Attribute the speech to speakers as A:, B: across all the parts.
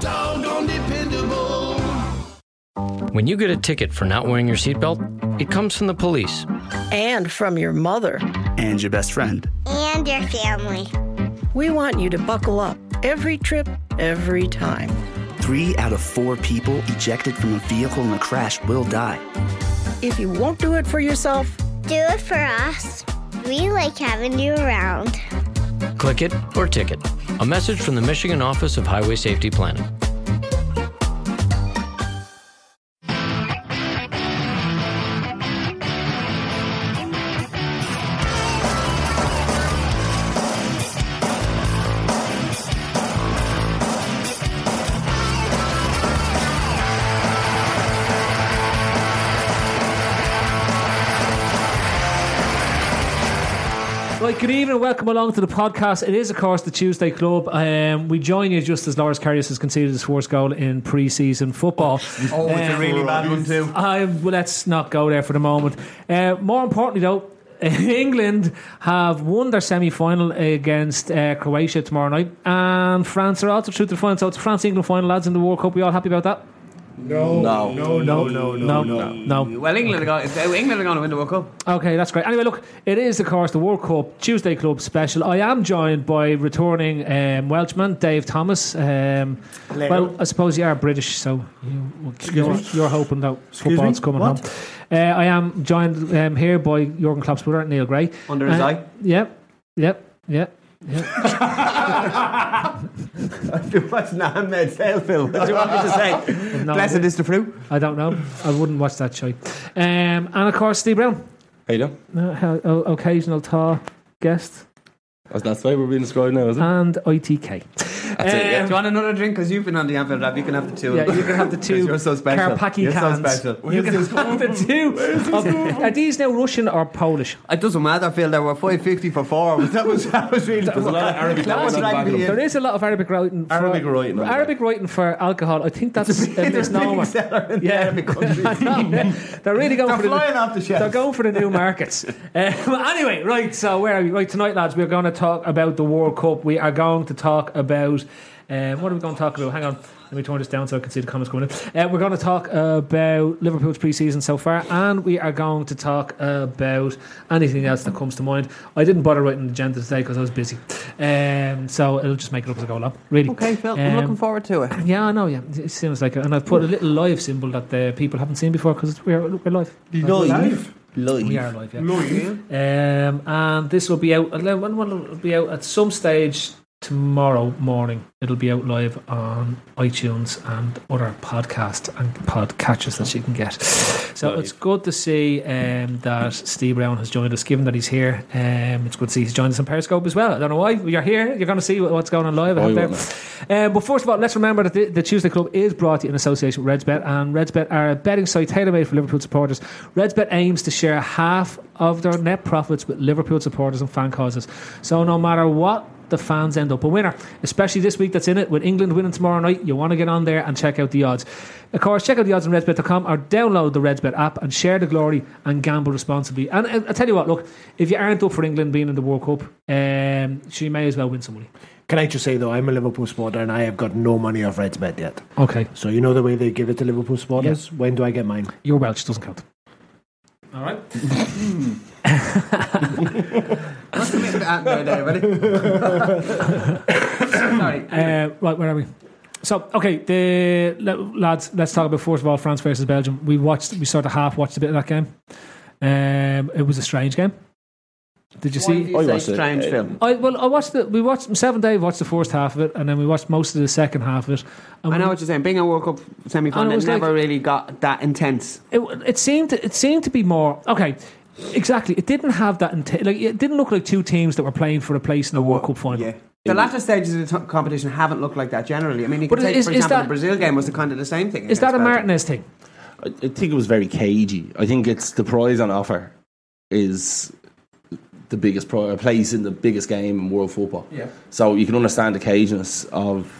A: Doggone dependable.
B: When you get a ticket for not wearing your seatbelt, it comes from the police.
C: and from your mother.
D: and your best friend.
E: and your family.
C: We want you to buckle up every trip, every time.
D: Three out of four people ejected from a vehicle in a crash will die.
C: If you won't do it for yourself,
E: Do it for us. We like having you around.
B: Click it or ticket. A message from the Michigan Office of Highway Safety Planning.
F: Right, good evening. Welcome along to the podcast. It is, of course, the Tuesday Club. Um, we join you just as Lars Carrius has conceded his first goal in pre-season football.
G: Oh, it's a
F: Um,
G: really bad one too.
F: I, well, let's not go there for the moment. Uh, more importantly, though, England have won their semi-final against uh, Croatia tomorrow night, and France are also through to the final. So it's France-England final, lads, in the World Cup. We all happy about that?
G: No, no, no, no, no,
F: no, no. no.
H: Well, England are going. uh, England are going to win the World Cup.
F: Okay, that's great. Anyway, look, it is, of course, the World Cup Tuesday Club special. I am joined by returning um, Welshman Dave Thomas. Um, well, I suppose you are British, so you, you're, you're hoping that football's coming
G: What?
F: home. Uh, I am joined um, here by Jurgen Klopp's brother, Neil Gray.
H: Under his
F: Uh,
H: eye.
F: Yep, yep, yep.
H: What's Ahmed Selfil? What do you want me to say?
F: No,
H: Blessed is the fruit.
F: I don't know. I wouldn't watch that show. Um, and of course, Steve Brown,
I: How you doing?
F: uh, ho- o- occasional tar guest,
I: That's, that's the way we're being described now, is it?
F: and ITK.
I: That's it,
H: Do you want another drink? Because you've been on the Anfield Rap. You can have the two.
F: Yeah, you can have the
H: 'Cause
F: two
H: You're so special.
F: Karpacki
H: you're
F: cans.
H: so special.
F: You can have the two. of- are these now Russian or Polish?
H: It doesn't matter, Phil. There were five fifty for four. That was that was really. There's
I: a lot of Arabic
H: That was
I: on the back
H: rugby.
I: of them.
F: There is a lot of Arabic writing. For,
I: Arabic writing, okay.
F: Arabic writing for alcohol. I think that's um,
H: It's a
F: a
H: big-
F: misnomer.
H: big seller in the Arabic countries.
F: countries. they're really going
H: They're
F: for the,
H: flying off the shelves.
F: They're going for the new markets. um, anyway, right. So where are we? Right tonight, lads. We're going to talk about the World Cup. We are going to talk about. Um, what are we going to talk about? Hang on. Let me turn this down so I can see the comments coming in. Uh, we're going to talk about Liverpool's pre-season so far, and we are going to talk about anything else that comes to mind. I didn't bother writing the agenda today because I was busy, um, so it'll just make it up as I go along. Really.
H: Okay, Phil.
F: Um,
H: I'm looking forward to it.
F: Yeah, I know. Yeah, it seems like, it. and I've put a little live symbol that the people haven't seen before because we're, we're live.
H: Live.
F: We are live. Yeah. Um, and this will be out. When will it be out? At some stage tomorrow morning, it'll be out live on iTunes and other podcast and pod catches that you can get. So it's good to see um, that Steve Brown has joined us. Given that he's here, um, it's good to see he's joined us on Periscope as well. I don't know why you're here. You're going to see what- what's going on live.
I: Oh,
F: out
I: you
F: there.
I: won't
F: Um, but first of all, let's remember that the, the Tuesday Club is brought to you in association with Redsbet, and Redsbet are a betting site tailor-made for Liverpool supporters. Redsbet aims to share half of their net profits with Liverpool supporters and fan causes. So no matter what, the fans end up a winner, especially this week that's in it with England winning tomorrow night. You want to get on there and check out the odds. Of course, check out the odds on redsbet.com or download the Redsbet app and share the glory and gamble responsibly. And I, I tell you what, look, if you aren't up for England being in the World Cup, um, she may as well win some money.
G: Can I just say though, I'm a Liverpool supporter and I have got no money off Reds Bet yet.
F: Okay.
G: So you know the way they give it to Liverpool supporters. When do I get mine?
F: Your Welsh doesn't count. All right.
H: What's the name of that now, there, buddy? Sorry.
F: Uh, right, where are we? So, okay, the le- lads, let's talk about first of all France versus Belgium. We watched, we sort of half watched a bit of that game. Um, it was a strange game. Did you
H: Why
F: see?
H: do you
I: I
H: say
I: watched it.
H: strange
I: Uh,
H: film.
F: I well, I watched the we watched seven day watched the first half of it, and then we watched most of the second half of it. And
H: I know
F: we-
H: what you're saying. Being a World Cup
F: And
H: semi-final,
F: it
H: it
F: was like-
H: never really got that intense.
F: it, it seemed it seemed to be more okay.
I: Oh,
F: Exactly, it didn't have that. Inti- like it didn't look like two teams that were playing for a place in the World Cup final.
H: yeah. The latter stages of the t- competition haven't looked like that generally. I mean, you
F: But
H: could take,
F: is-
H: for
F: is
H: example,
F: that-
H: the Brazil game was the kind of the same thing.
F: Is that a Martinez thing?
I: I, I think it was very cagey. I think it's the prize on offer is the biggest prize, place in the biggest game in world football.
A: Yeah.
I: So you can understand the caginess of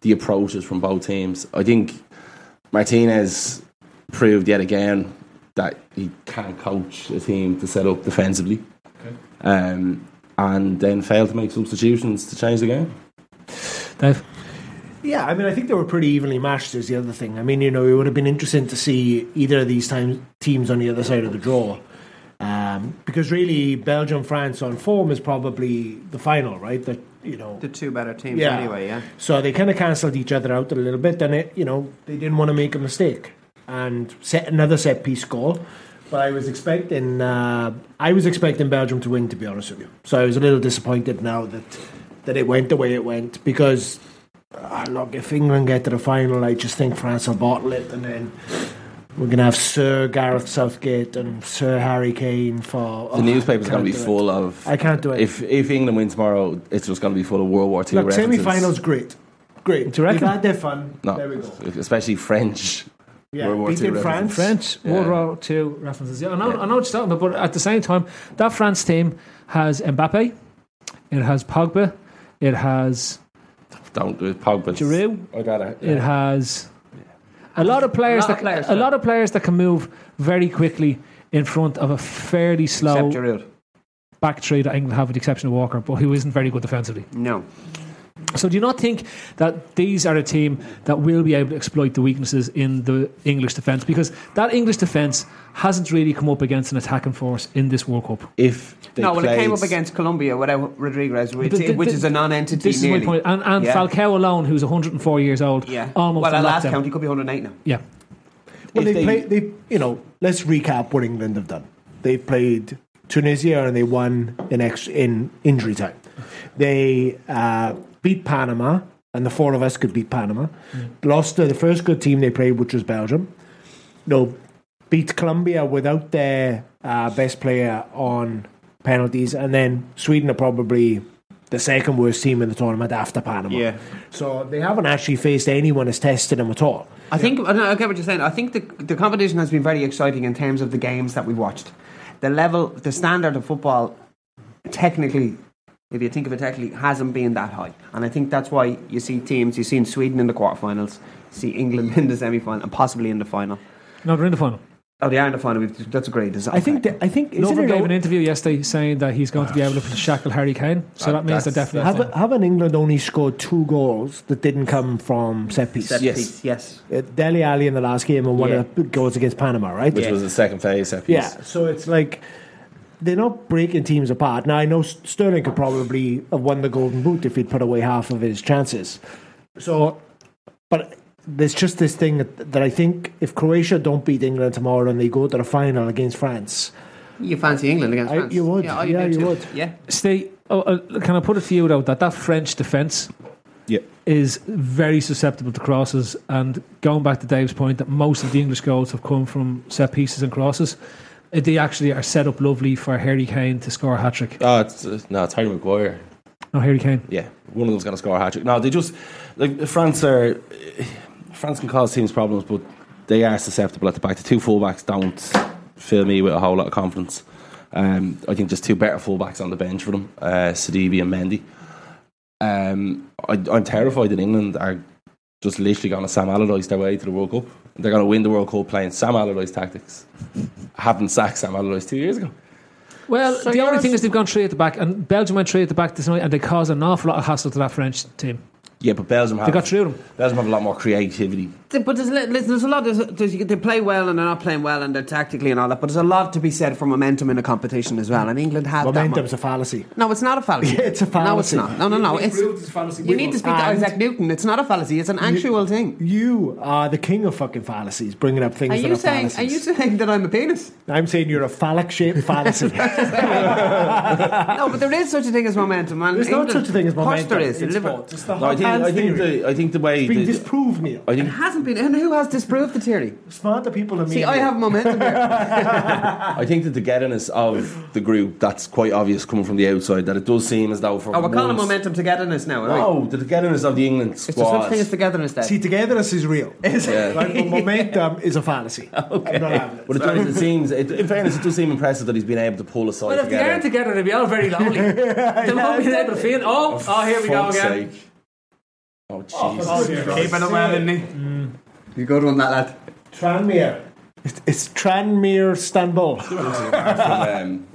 I: the approaches from both teams. I think Martinez proved yet again that he can coach a team to set up defensively, um, and then failed to make substitutions to change the game.
F: Dave.
G: Yeah, I mean, I think they were pretty evenly matched. Is the other thing. I mean, you know, it would have been interesting to see either of these times teams on the other side of the draw, um, because really, Belgium France on form is probably the final, right? That you know,
H: the two better teams
G: Yeah.
H: anyway. Yeah,
G: so they kind of cancelled each other out a little bit, and it, you know, they didn't want to make a mistake and set another set piece goal. But I was expecting, uh, I was expecting Belgium to win, to be honest with you. So I was a little disappointed now that that it went the way it went because. Uh, look, if England get to the final, I just think France will bottle it, and then we're going to have Sir Gareth Southgate and Sir Harry Kane for.
I: The newspaper's going to be
G: full.
I: full of.
G: I can't do it.
I: If if England win tomorrow, it's just going to be full of World War Two
G: Look,
I: references.
G: semi-finals, great, great.
F: Do you reckon?
G: They've had their fun.
I: No,
G: There we go.
I: especially French.
G: Yeah,
I: World War
G: beating
I: II
G: France.
F: French
I: Yeah.
F: World War II references. Yeah, I know, I know what you're talking about, but at the same time, that France team has Mbappe, it has Pogba, it has
I: Don't do it, Pogba.
F: Giroud,
I: I got it.
F: it has a lot of players
H: Lot of
F: that
H: players,
F: a
H: yeah.
F: lot of players that can move very quickly in front of a fairly slow
H: except Giroud.
F: back three that England have, with the exception of Walker, but who isn't very good defensively.
H: No,
F: So, do you not think that these are a team that will be able to exploit the weaknesses in the English defence? Because that English defence hasn't really come up against an attacking force in this World Cup.
I: If they
H: no. Well, it came
I: played-
H: up against Colombia without Rodriguez, which,
F: But th-
H: which
F: th-
H: is a non-entity.
F: This
H: nearly.
F: is my point. And, and
H: Yeah.
F: Falcao alone, who's 104 years old,
H: Yeah.
F: almost
H: well,
F: a
H: at last
F: lockdown.
H: count, he could be 108 now.
F: Yeah.
I: If
G: Well, they,
I: they-
G: play. They, you know, let's recap what England have done. They've played Tunisia and they won in ex- in injury time. They uh, beat Panama, and the four of us could beat Panama. Lost to the first good team they played, which was Belgium. No, beat Colombia without their uh, best player on penalties, and then Sweden are probably the second worst team in the tournament after Panama.
H: Yeah.
G: So they haven't actually faced anyone as tested them at all.
H: I think I, know, I get what you're saying. I think the the competition has been very exciting in terms of the games that we've watched. The level, the standard of football, technically, if you think of it technically, hasn't been that high, and I think that's why you see teams. You've seen Sweden in the quarterfinals, see England in the semi-final, and possibly in the final.
F: No, they're in the final.
H: Oh, they are in the final. We've, that's a great design.
G: I think. That, I think. Isn't
F: Lover
G: it
F: gave an
G: o-
F: interview yesterday saying that he's going to be able to shackle Harry Kane, so that,
I: That-
F: means they're
I: that's-
F: definitely.
G: have, haven't England only scored two goals that didn't come from set piece?
H: Set
I: Yes.
H: piece, yes.
G: Uh, Dele Alli in the last game and one
H: Yeah.
G: of the goals against Panama, right?
I: which was the second phase. set piece.
G: Yeah, so it's like they're not breaking teams apart. Now I know S- Sterling could probably have won the Golden Boot if he'd put away half of his chances. So, but there's just this thing that, that I think if Croatia don't beat England tomorrow and they go to the final against France,
H: You fancy England against
G: I-
H: France?
G: you would.
H: I
G: Yeah,
H: do
G: you
H: too.
G: would.
H: Yeah.
F: Stay. Oh, uh, can I put it to you though that that French defence
I: yeah.
F: is very susceptible to crosses. And going back to Dave's point that most of the English goals have come from set pieces and crosses, eh, they actually are set up lovely for Harry Kane to score a hat trick.
I: Oh, it's, uh, no, it's Harry Maguire.
F: No, Harry Kane.
I: Yeah, one of them's going to score a hat trick. No, they just like France are France can cause teams problems, but they are susceptible at the back. The two fullbacks don't fill me with a whole lot of confidence. Um, I think just two better fullbacks on the bench for them, uh, Sidibe and Mendy. Um, I, I'm terrified that England are just literally going to Sam Allardyce their way to the World Cup. They're going to win the World Cup playing Sam Allardyce tactics. Having sacked Sam Allardyce two years ago.
F: Well,
H: So
F: the only
H: yours-
F: thing is they've gone three at the back, and Belgium went three at the back this night, and they caused an awful lot of hassle to that French team.
I: Yeah, but Belgium
F: They
I: have,
F: got through them.
I: Belgium have a lot more creativity
H: Th- But there's, li- listen, there's a lot. There's, there's, they play well and they're not playing well and they're tactically and all that. But there's a lot to be said for momentum in a competition as well. And England have
G: momentum's
H: That
G: a fallacy.
H: mo- no, it's not a fallacy.
G: Yeah, it's a
H: No, it's
G: fallacy.
H: not. No, no, no. It's,
F: it's a fallacy.
H: you need
I: Ah,
H: to speak to
G: And-
H: Isaac Newton. It's not a fallacy. It's an actual thing.
G: You are the king of fucking fallacies, bringing up things
H: Are
G: that
H: you
G: are
H: saying?
G: fallacies.
H: Are you saying that I'm a penis?
G: I'm saying you're a phallic shaped fallacy.
H: No, but there is such a thing as momentum. And
G: There's not
H: England-
G: such a thing as
H: Of course
G: momentum.
H: there is.
G: in
H: Liver-
G: sport. It's the
I: No, I
G: hot
I: think,
G: hands
I: I think
G: theory.
I: the I think the way
G: It's been
I: the-
G: disproved, Neil.
I: I think
H: It hasn't. hasn't been. And who has disproved the theory?
G: Smarter people than me.
H: See, I have momentum here.
I: I think that the togetherness of the group that's quite obvious coming from the outside that it does seem as though for
H: Oh, we're calling
I: once-
H: momentum togetherness now, are we?
I: No, the togetherness of the England
H: Is there
I: squad.
H: such thing as togetherness, Dave?
G: See, togetherness is real.
I: Yeah.
G: Right? But momentum is a fallacy. Okay. I'm not having it.
I: But it, does, it seems, it, in fairness, it does seem impressive that he's been able to pull us all
F: Well, if they
I: together.
F: aren't together, they'll be all very lonely. They won't be able to feel. Oh, oh, here we go
I: Fuck's
F: again.
I: sake. Oh, Jesus Christ.
H: Keeping it well, isn't he? Mm. You good one, that lad.
G: Tranmere. It's, it's Tranmere, Istanbul.
I: From, um,
F: Cle-
I: Captain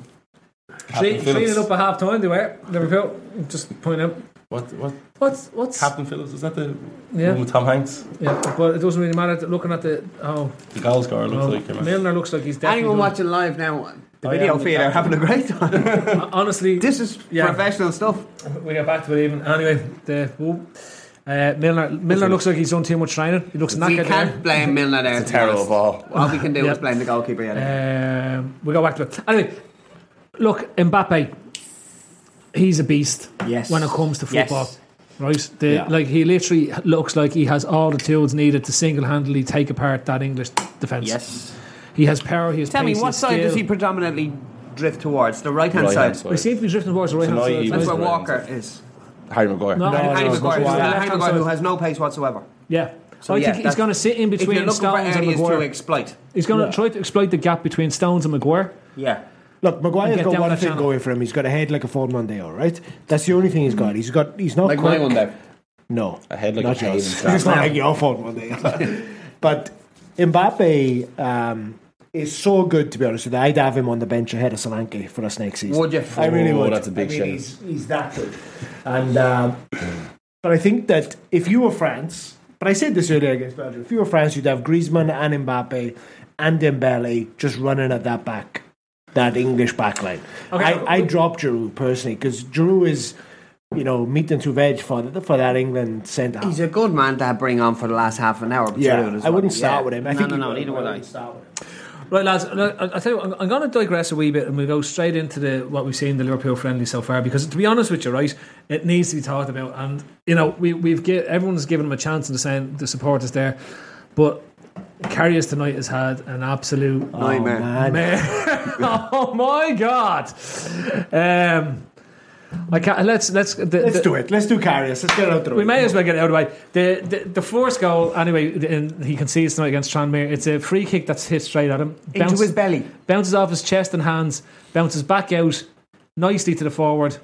F: Clean
I: Phillips.
F: it up at half time, they were. Liverpool, just point out.
I: What, what?
F: What's. what's
I: Captain Phillips, is that the
F: Yeah.
I: one with Tom Hanks?
F: yeah, but it doesn't really matter looking at the. Oh,
I: The goal scorer looks
F: oh
I: like him.
F: Milner looks like he's definitely.
H: Anyone
F: done.
H: watching live now, the
I: I
H: video
I: am the
H: feed are having a great time.
F: Honestly,
H: this is
F: Yeah.
H: professional stuff.
F: we get back to it even. Anyway, the. whoop. Uh, Milner, Milner looks like he's done too much training. He looks
H: We
F: knackered
H: can't
F: there.
H: blame Milner there.
I: It's a
H: to be honest.
I: terrible ball.
H: All we can do
F: Yeah.
H: is blame the goalkeeper. Yeah.
F: Um, we go back to it. Anyway, look, Mbappe, he's a beast
D: Yes.
F: when it comes to
D: Yes.
F: football. Right, the,
D: Yeah.
F: like he literally looks like he has all the tools needed to single-handedly take apart that English defense.
D: Yes.
F: He has power. He has.
H: Tell me,
F: pace,
H: what
F: has
H: side does he
F: skill.
H: predominantly drift towards? The right hand
I: Right-hand
H: side.
I: side.
F: We seem to be drifting towards the right hand
I: Tonight
F: side.
I: he
H: That's
I: was
H: where
I: right-hand
H: Walker is.
I: Harry Maguire.
F: No,
G: No,
H: Harry
G: no,
H: Maguire,
F: it's
H: who's
F: the
H: a
F: left-hand
H: left-hand guy
F: side.
H: who has no pace whatsoever.
F: Yeah.
H: So
F: I
H: yeah,
F: think Oh, he's
H: that's-
F: going to sit in
H: If you're
F: between
H: looking for
F: Stones and
H: areas to
F: Maguire.
H: exploit,
F: He's going to try to exploit the gap between Stones and Maguire.
H: yeah.
G: Look, Maguire's
F: Get
G: got
F: down
G: one
F: that
G: thing
F: channel.
G: going for him. He's got a head like a Ford Mondeo, right? That's the only thing he's got. He's got. He's not. quick.
I: there.
G: No,
I: A head like
G: not
I: a
G: yours.
I: Hayden
G: It's not like your fault one day. but Mbappe um, is so good. To be honest with you, I'd have him on the bench ahead of Solanke for a snake season.
H: Would you?
G: I really
I: Oh,
G: would.
I: that's a big
G: I mean,
I: shout.
G: He's, he's that good. And um, but I think that if you were France, but I said this earlier against Belgium. If you were France, you'd have Griezmann and Mbappe and Dembele just running at that back, that English back line.
F: Okay.
G: I, I dropped Giroud personally because Giroud is. You know, meat and two veg for the, for that England centre. half.
H: He's a good man to bring on for the last half an hour. but
G: Yeah,
H: Giroud is
G: I
H: one.
G: wouldn't
H: Yeah.
G: start with him. I
H: no,
G: think
H: no,
G: he
H: no,
G: would.
H: neither would I.
G: start with him.
F: Right, lads. look, I I tell you, what, I'm, I'm going to digress a wee bit, and we'll go straight into the what we've seen the Liverpool friendly so far. Because to be honest with you, right, it needs to be talked about. And you know, we we've get, everyone's given him a chance, and the saying the support is there, but. Carriers tonight has had an absolute
H: Nightmare.
F: nightmare. oh my god! Um, I can't. Let's let's the,
G: Let's
F: the-
G: do it. Let's do Carrius. Let's get it out the
F: we
G: way.
F: may as well get it out of the way. The, the, the first goal, anyway, the- and he concedes tonight against Tranmere. It's a free kick that's hit straight at him.
H: Into his belly.
F: Bounces off his chest and hands, bounces back out nicely to the forward.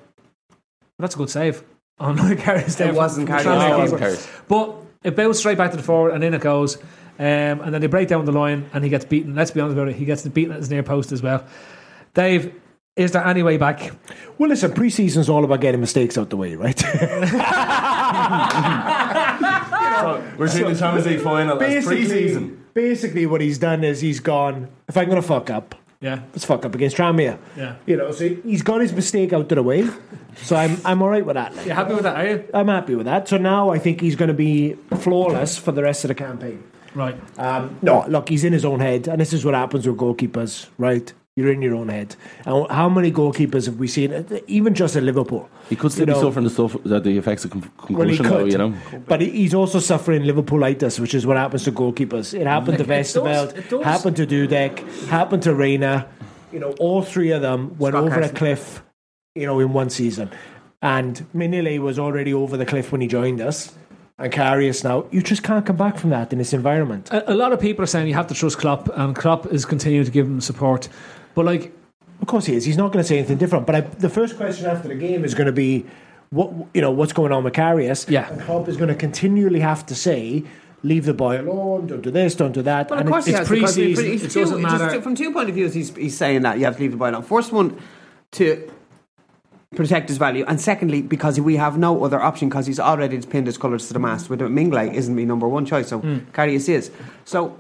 F: that's a good save. On Carrius there.
H: It wasn't
F: from the
H: Carrius.
F: Tranmere
I: No, it wasn't
F: keeper.
I: Carrius.
F: But it bounced straight back to the forward and in it goes. Um, and then they break down the line and he gets beaten. Let's be honest about it. He gets beaten at his near post as well. Dave, is there any way back?
G: Well, listen, preseason's all about getting mistakes out the way, right?
I: We're seeing the Champions League final as
G: basically,
I: pre-season.
G: basically, what he's done is he's gone, if I'm going to fuck up,
F: Yeah.
G: let's fuck up against Tranmere.
F: Yeah.
G: You know, so he's got his mistake out of the way. So I'm, I'm all right with that. like.
F: You happy with that, are you?
G: I'm happy with that. So now I think he's going to be flawless for the rest of the campaign.
F: Right.
G: Um, no, look, he's in his own head, and this is what happens with goalkeepers, right? You're in your own head. And how many goalkeepers have we seen, even just at Liverpool?
I: He could still
G: You
I: be
G: know,
I: suffering the stuff that the effects of con-
G: well, he
I: concussion, though,
G: could.
I: you know.
G: But he- he's also suffering Liverpoolitis, which is what happens to goalkeepers. It happened to
F: It- it does, it
G: Vesterveld,
F: does.
G: happened to Dudek, happened to Reina. You know, all three of them went
H: Scott
G: over
H: Carson.
G: a cliff, you know, in one season. And Minile was already over the cliff when he joined us. And Karius now, you just can't come back from that in this environment.
F: a, a lot of people are saying you have to trust Klopp, and Klopp is continuing to give him support. But like,
G: Of course he is. He's not going to say anything different. But I, the first question after the game is going to be, what you know, what's going on with Karius?
F: Yeah.
G: and Klopp is going to continually have to say, leave the boy alone, don't do this, don't do that.
H: Well, of
G: And
H: course
G: it-
H: he
F: it's
H: has. because
F: pre-season,
H: we- it's
F: it
H: two-
F: doesn't
H: just
F: matter.
H: from two point of views, he's, he's saying that you have to leave the boy alone. First one, to protect his value, and secondly, because we have no other option because he's already pinned his colours to the mast. With Mingley isn't the number one choice, so
G: Hmm.
H: Karius is. So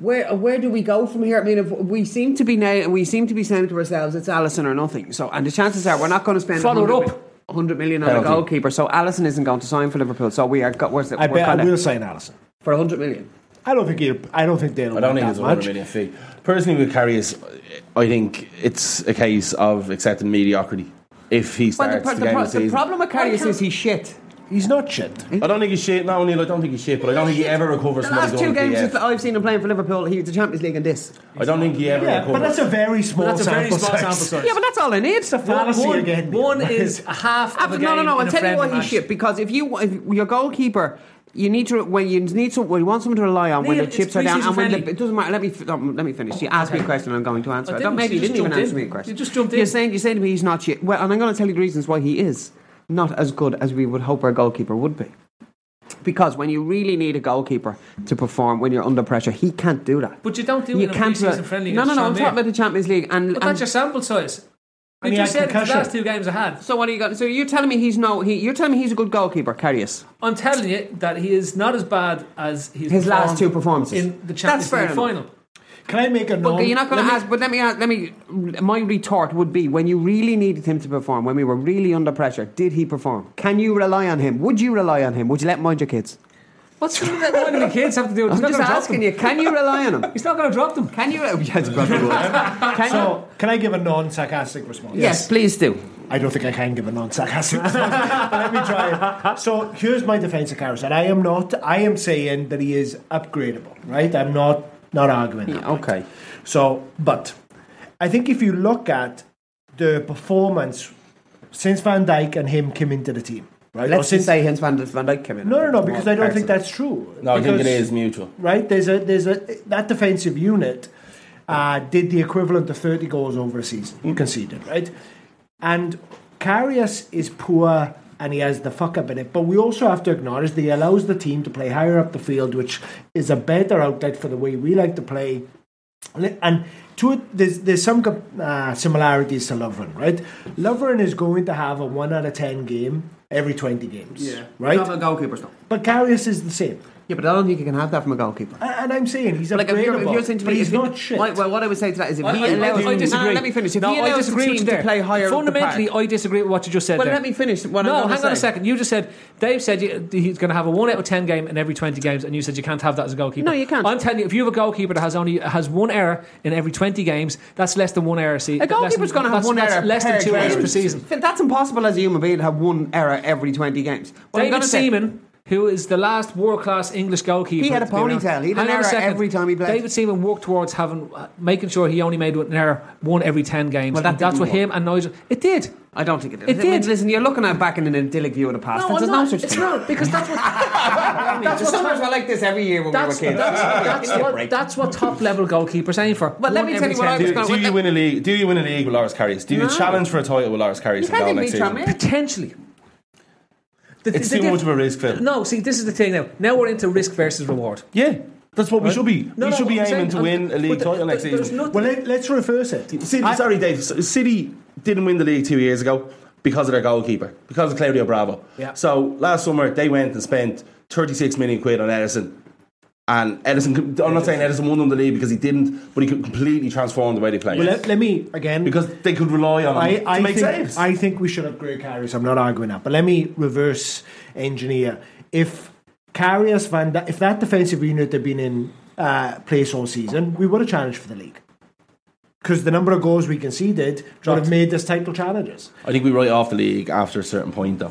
H: where where do we go from here? I mean, if we seem to be na- we seem to be saying to ourselves it's Allison or nothing. So and the chances are we're not going to spend
F: Follow it
H: 100
F: up.
H: 100 million on a
I: Penalty.
H: goalkeeper, so Allison isn't going to sign for Liverpool. So we are got where's the
G: I
H: we're
G: bet I
H: kinda-
G: will sign Allison.
H: for 100 million.
G: I don't think he'll, I don't think they'll.
I: I don't
G: want
I: think
G: that
I: it's a 100
G: much.
I: million fee. Personally, with Carrius, I think it's a case of accepting mediocrity. If he
H: Well,
I: starts
H: the, pro-
I: the,
H: the,
I: game
H: pro-
I: of the season,
H: the problem with Karius is he's shit.
G: He's not shit.
I: I don't think he's shit. No, Neil, I don't think he's shit, but I don't think he ever recovers
H: The
I: from what
H: last
I: he's
H: two
I: done
H: games
I: with
H: that
I: the, uh,
H: I've seen him playing for Liverpool, he was the Champions League and this.
I: I don't think he ever
H: Yeah,
I: recovers.
H: but that's a
G: very
H: small
I: But that's a very
H: sample
I: small
H: size.
I: sample size.
H: Yeah, but that's all I need. It's a
I: fallacy
H: one,
I: again, Neil.
H: One is
F: half.
H: Of no, no,
F: game
H: no.
F: in
H: I'll
F: a
H: tell you
F: friendly
H: why he's
F: match.
H: shit because if you if your goalkeeper. You need to when you need some when you want someone to rely on when
F: Neil,
H: the chips
F: it's
H: are down
F: pre-season
H: and when the,
F: friendly.
H: it doesn't matter. Let me f- um, let me finish. You asked me a question, I'm going to answer.
F: I
H: it.
F: didn't,
H: maybe
F: you
H: you
F: just
H: didn't even
F: jumped in.
H: answer me a question.
F: You just jumped
H: You're
F: in.
H: saying you're saying to me he's not shit. Well, and I'm going to tell you the reasons why he is not as good as we would hope our goalkeeper would be. Because when you really need a goalkeeper to perform when you're under pressure, he can't do that.
F: But you don't do it in a
H: can't do
F: pre-season
H: that.
F: friendly.
H: No, no,
F: against
H: no. I'm
F: Tranmere.
H: talking about the Champions League and,
F: But
H: and
F: that's your sample size.
H: And
F: And
H: he
F: you
H: had
F: said it's the
H: concussion.
F: last two games I had.
H: So what are you going? So you're telling me he's no? He, you're telling me he's a good goalkeeper, Carrius?
F: I'm telling you that he is not as bad as he's
H: His last
F: performed
H: two performances.
F: in the
H: That's
F: Champions
H: fair
F: League
H: enough.
F: final.
G: Can I make a
H: But you're not going to ask. But let me ask. Let me. My retort would be: when you really needed him to perform, when we were really under pressure, did he perform? Can you rely on him? Would you rely on him? Would you let him mind your kids?
F: What's wrong with that? Why do the kids have to do it?
H: I'm
F: He's not
H: just
F: gonna drop
H: asking
F: them.
H: you: Can you rely on him?
F: He's not going to drop them.
H: Can you? Yeah, it's probably would. Can you?
G: so, can I give a non sarcastic response?
H: Yes, please do.
G: I don't think I can give a non sarcastic response. but let me try it. So, here's my defense of Karras, and I am not, I am saying that he is upgradable, right? I'm not not arguing that.
H: Okay.
G: So, but I think if you look at the performance since Van Dijk and him came into the team, right? Or
H: Let's
G: since
H: just say Hens van, van Dijk came in.
G: No, no, no, because I don't
H: Carson.
G: think that's true.
I: No, I think it
G: Because-
I: is mutual.
G: right? There's a there's a that defensive unit uh, did the equivalent of 30 goals over a season
I: Mm.
G: conceded, right? And Karius is poor and he has the fuck up in it, but we also have to acknowledge that he allows the team to play higher up the field, which is a better outlet for the way we like to play. And to it, there's, there's some uh, similarities to Lovren, right? Lovren is going to have a 1 out of 10 game every 20 games, right?
H: Not a goalkeeper, though.
G: But Karius is the same.
H: Yeah, but I don't think you can have that from a goalkeeper.
G: And- And I'm saying he's
H: Like if you're, if
G: upgradable,
H: you're saying to
G: but
H: me,
G: he's
H: if he-
G: not shit.
H: Well, well, what I would say to that is if
F: I,
H: he
F: I- I
H: allows,
F: do- I
H: No,
F: disagree.
H: no, let me finish. If
F: No,
H: he
F: I
H: allows the
F: disagree
H: team
F: with you
H: to
F: there.
H: play higher,
F: fundamentally,
H: up the park,
F: I disagree with what you just said.
H: Well,
F: there.
H: let me finish what I'm
F: no,
H: gonna
F: hang on a
H: say.
F: second. You just said Dave said you, he's going to have a one out of ten game in every twenty games, and you said you can't have that as a goalkeeper.
H: No, you can't.
F: I'm telling you, if you have a goalkeeper that has only has one error in every twenty games, that's less than one error. See,
H: a goalkeeper's going to have one error
F: less
H: per
F: than two
H: game.
F: errors per season.
H: Phil, That's impossible as a human being to have one error every 20 games. What I'm
F: David
H: gonna say-
F: Seaman, who is the last world class English goalkeeper,
H: He had a
F: to be around-
H: ponytail. He had an
F: Hang on
H: error
F: a second.
H: every time he played.
F: David Seaman worked towards having uh, making sure he only made an error one every ten games.
H: Well, that
F: and that's
H: didn't
F: what
H: work.
F: him and Nigel. It did.
H: I don't think it did.
F: It
H: I mean,
F: did.
H: Listen, you're looking at back in an idyllic view of the past.
F: No,
H: That's-
F: I'm
H: there's
F: not.
H: such
F: It's
H: thing.
F: not because that's what.
H: That's
F: That's
H: what
F: what-
H: times were like this every year when
F: That's,
H: we were kids.
F: that's,
H: Give
F: that's,
H: me a
F: what,
H: break.
F: that's what top level goalkeepers aim for.
H: Well, let
F: One
H: me tell
F: every
H: you what I
F: 10.
H: was
I: Do,
H: gonna-
I: do you win a league? Do you win a league with Lars Carrius? Do you
H: No.
I: challenge for a title with Lars
H: You
I: Carrius and
H: can't
I: go
H: even
I: next
H: beat
I: season?
H: Tranmere.
F: Potentially. The-
I: It's
F: the
I: too
F: diff-
I: much of a risk, Phil.
F: No, see, this is the thing now. Now we're into risk versus reward.
I: Yeah, that's what we should be.
F: No,
I: we
F: no,
I: should be
F: I'm
I: aiming
F: saying-
I: to
F: I'm-
I: win a league
F: but-
I: title next
F: but there's
I: season.
F: nothing-
G: well, let, us reverse it.
I: City,
G: I-
I: sorry, Dave. so- City didn't win the league two years ago because of their goalkeeper, because of Claudio Bravo.
F: Yeah.
I: So last summer they went and spent 36 million quid on Edison. And Edison, I'm not saying Edison won them the league because he didn't, but he could completely transform the way they play.
G: well, let, let me again.
I: because they could rely on him
G: I, I
I: to make
G: think,
I: saves.
G: I think we should upgrade Carrius. I'm not arguing that, but let me reverse engineer. If Carrius Van, Dy- if that defensive unit had been in uh, place all season, we would have challenged for the league. Because the number of goals we conceded would have made us title challenges.
I: I think we write off the league after a certain point, though.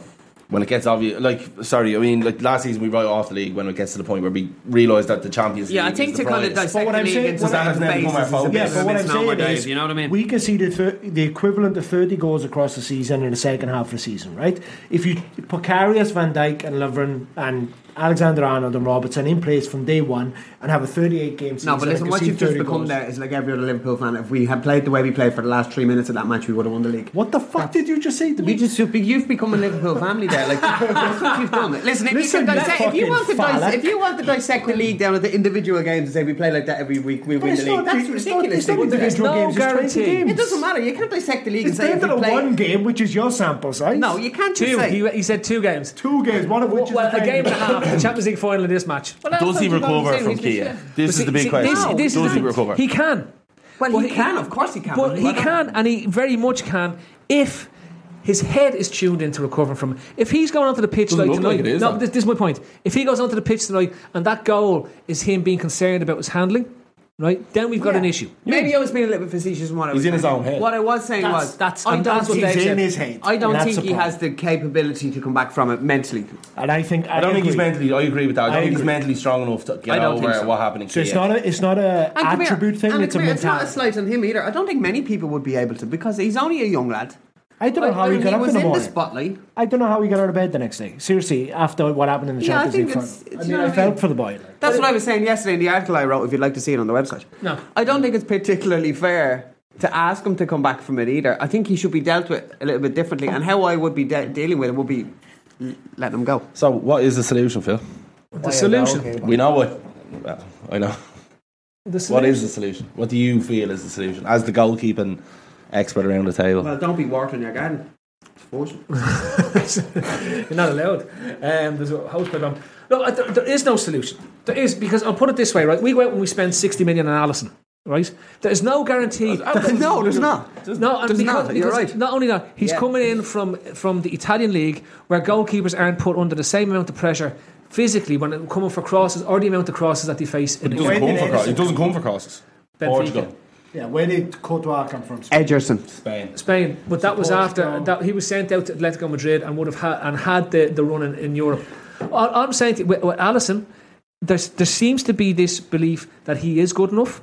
I: When it gets obvious, like sorry, I mean, like last season we write off the league when it gets to the point where we realise that the Champions League.
H: Yeah, I think
I: is
H: to
I: the
H: kind of
I: prize.
G: But
H: dissect
G: what
H: the
G: I'm
H: league
G: saying-
H: into
I: I'm-
G: what
H: that
I: That has never
H: basis
I: come our
H: is a
I: focus.
H: bit
G: Yeah,
H: of a
G: but what I'm
H: misnomer,
G: saying
H: Dave,
G: is,
H: you know what I mean?
G: we conceded thir- the equivalent of 30 goals across the season in the second half of the season, right? If you put Karius, Van Dijk, and Lovren and Alexander Arnold and Robertson in place from day one and have a 38 game season,
H: No, but listen,
G: and
H: what
G: concede
H: you've just
G: 30
H: become
G: goals.
H: there is like every other Liverpool fan. If we had played the way we played for the last three minutes of that match, we would have won the league.
G: What the fuck did you just say to me?
H: You just you've become a Liverpool family there. Like that's what you've done. Listen, if
G: Listen,
H: you can dissect,
G: you
H: if you want to
G: fucking
H: dissect, if you want to dissect the league down at the individual games and say we play like that every week, we
G: But
H: win
G: it's
H: the league.
G: not-
H: That's
G: it's not-
H: ridiculous.
G: it's not
H: They wouldn't do
G: individual
H: that.
F: no
G: games, it's 20
F: guarantee.
G: games.
H: It doesn't matter. You can't dissect the league and
G: It's
H: say
G: down
H: if
G: to
H: we
G: the
H: play.
G: one game, which is your sample size.
H: No, you can't just
F: Two.
H: say.
F: He, he said two games.
G: Two games, one of which is
F: well,
G: the
F: a game and a
G: friendly.
F: half. The Champions League final in this match.
I: Does he recover from Kia? This is the big question.
F: This, this
I: Does
F: is the
I: he
F: thing.
I: recover?
F: He can.
H: Well,
F: But
H: he can, of course he can.
F: But he
H: Well,
F: can, and he very much can if his head is tuned into recovering from. it. If he's going onto the pitch
I: Doesn't
F: like
I: look like
F: tonight,
I: it is,
F: no,
I: though.
F: this, this is my point. If he goes onto the pitch tonight, and that goal is him being concerned about his handling. right? Then we've got
H: Yeah.
F: an issue.
H: Maybe I was being a little bit facetious in what I
F: He's
H: was
F: in his
H: saying.
F: own head.
H: What I was saying
F: That's-
H: was
F: that's-
H: I
F: and
H: don't
F: that's what
H: think
F: Dave
H: he's
F: said.
H: in
F: his head.
H: I don't
F: That's
H: think
F: the
H: he has the capability to come back from it mentally.
G: And I think
I: I, don't think he's
H: agree.
I: mentally. I agree with that. I,
H: I
I: don't think he's
H: agree.
I: mentally strong enough to
H: I
I: get
H: don't
I: over
H: think so.
I: what happened in
G: So it's
I: Kiev.
G: not a it's not a
H: And come here,
G: attribute thing.
H: and
G: it's a
H: come here, It's not a
G: mentality.
H: slight on him either. I don't think many people would be able to because he's only a young lad.
G: I don't know how he
H: when
G: got up
H: was
G: in the morning.
H: spotlight.
G: I don't know how he got out of bed the next day. Seriously, after what happened in the
H: Yeah, I
G: Champions
H: think
G: League final,
H: it's- it's
G: I mean,
H: not
G: I
H: really-
G: felt for the boy.
H: That's what I was saying yesterday in the article I wrote. If you'd like to see it on the website,
F: No.
H: I don't think it's particularly fair to ask him to come back from it either. I think he should be dealt with a little bit differently, and how I would be de- dealing with it would be l- letting him go.
I: So, what is the solution, Phil?
F: The solution.
I: We know what. Well, I know. What is the solution? What do you feel is the solution as the goalkeeping expert around the table?
H: Well, don't be watering your garden. It's forced.
F: You're not allowed. Um, there's a house problem. No, I- there, there is no solution. There is because I'll put it this way, right? We go out and we spend sixty million on Allison, right? There is no guarantee.
H: no, there's not.
F: no, and
H: There's
F: because,
H: not. You're
F: because
H: right.
F: not only that, he's
H: Yeah.
F: coming in from from the Italian league where goalkeepers aren't put under the same amount of pressure physically when it coming for crosses or the amount of crosses that they face.
I: But
F: in
I: it
F: the
I: doesn't
F: game.
I: come for crosses. It doesn't come for crosses.
F: Benfica.
I: Portugal,
G: Yeah, where did Courtois come from?
H: Edgerson.
I: Spain.
F: Spain, but that was after that he was sent out to Atletico Madrid and would have had and had the, the run in, in Europe. All, all I'm saying to, with, with Allison, there's, there seems to be this belief that he is good enough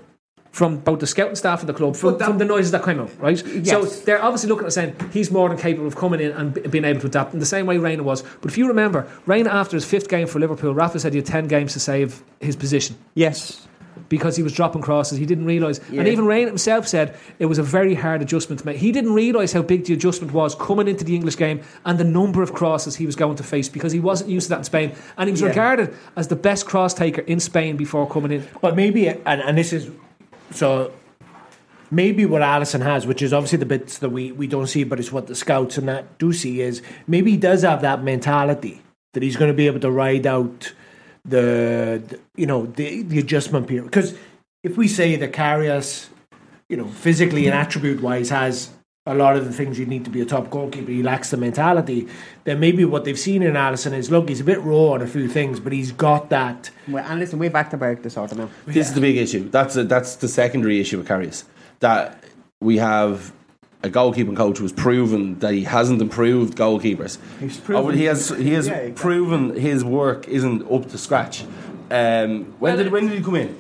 F: from both the scouting staff and the club from,
H: But that-
F: from the noises that came out, right? So
H: Yes.
F: they're obviously looking at saying he's more than capable of coming in and b- being able to adapt in the same way Reina was. But if you remember, Reina after his fifth game for Liverpool, Rafa said he had ten games to save his position
H: Yes.
F: because he was dropping crosses. He didn't realise.
H: Yeah.
F: And even Rain himself said it was a very hard adjustment to make. He didn't realise how big the adjustment was coming into the English game and the number of crosses he was going to face because he wasn't used to that in Spain. And he was
G: Yeah.
F: regarded as the best cross taker in Spain before coming in.
G: But maybe, and, and this is so. Maybe what Allison has, which is obviously the bits that we, we don't see, but it's what the scouts and that do see, is maybe he does have that mentality that he's going to be able to ride out the, the- you know the the adjustment period. Because if we say that Carrius, you know, physically and attribute wise has a lot of the things you need to be a top goalkeeper, he lacks the mentality. Then maybe what they've seen in Allison is look, he's a bit raw on a few things, but he's got that.
H: Well, and listen, we've Acterberg disorder now.
I: This is the big issue. That's a, that's the secondary issue with Carrius. That we have a goalkeeping coach who's proven that he hasn't improved goalkeepers. He's
H: proven-
I: Oh, he has he has
H: Yeah, exactly.
I: proven his work isn't up to scratch. Um, when did when did he come in?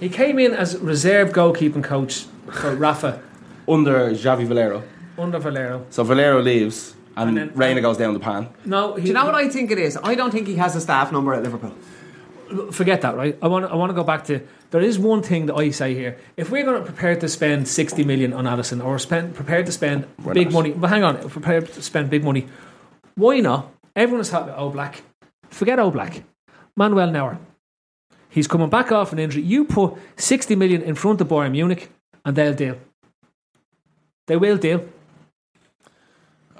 F: He came in as reserve goalkeeping coach for Rafa
I: Under Javi Valero.
F: under Valero.
I: So Valero leaves and,
F: And then- uh,
I: Reina goes down the pan.
F: No,
H: Do
F: he,
H: you know what I think it is? I don't think he has a staff number at Liverpool.
F: forget that, right? I want I want to go back to there is one thing that I say here. If we're going to prepare to spend sixty million on Allison, or spend prepared to spend
I: We're
F: big
I: not.
F: money, but hang on, if we're prepared to spend big money, why not? Everyone's happy about Oblak. Forget Oblak, Manuel Neuer. He's coming back off an injury. You put sixty million in front of Bayern Munich, and they'll deal. They will deal.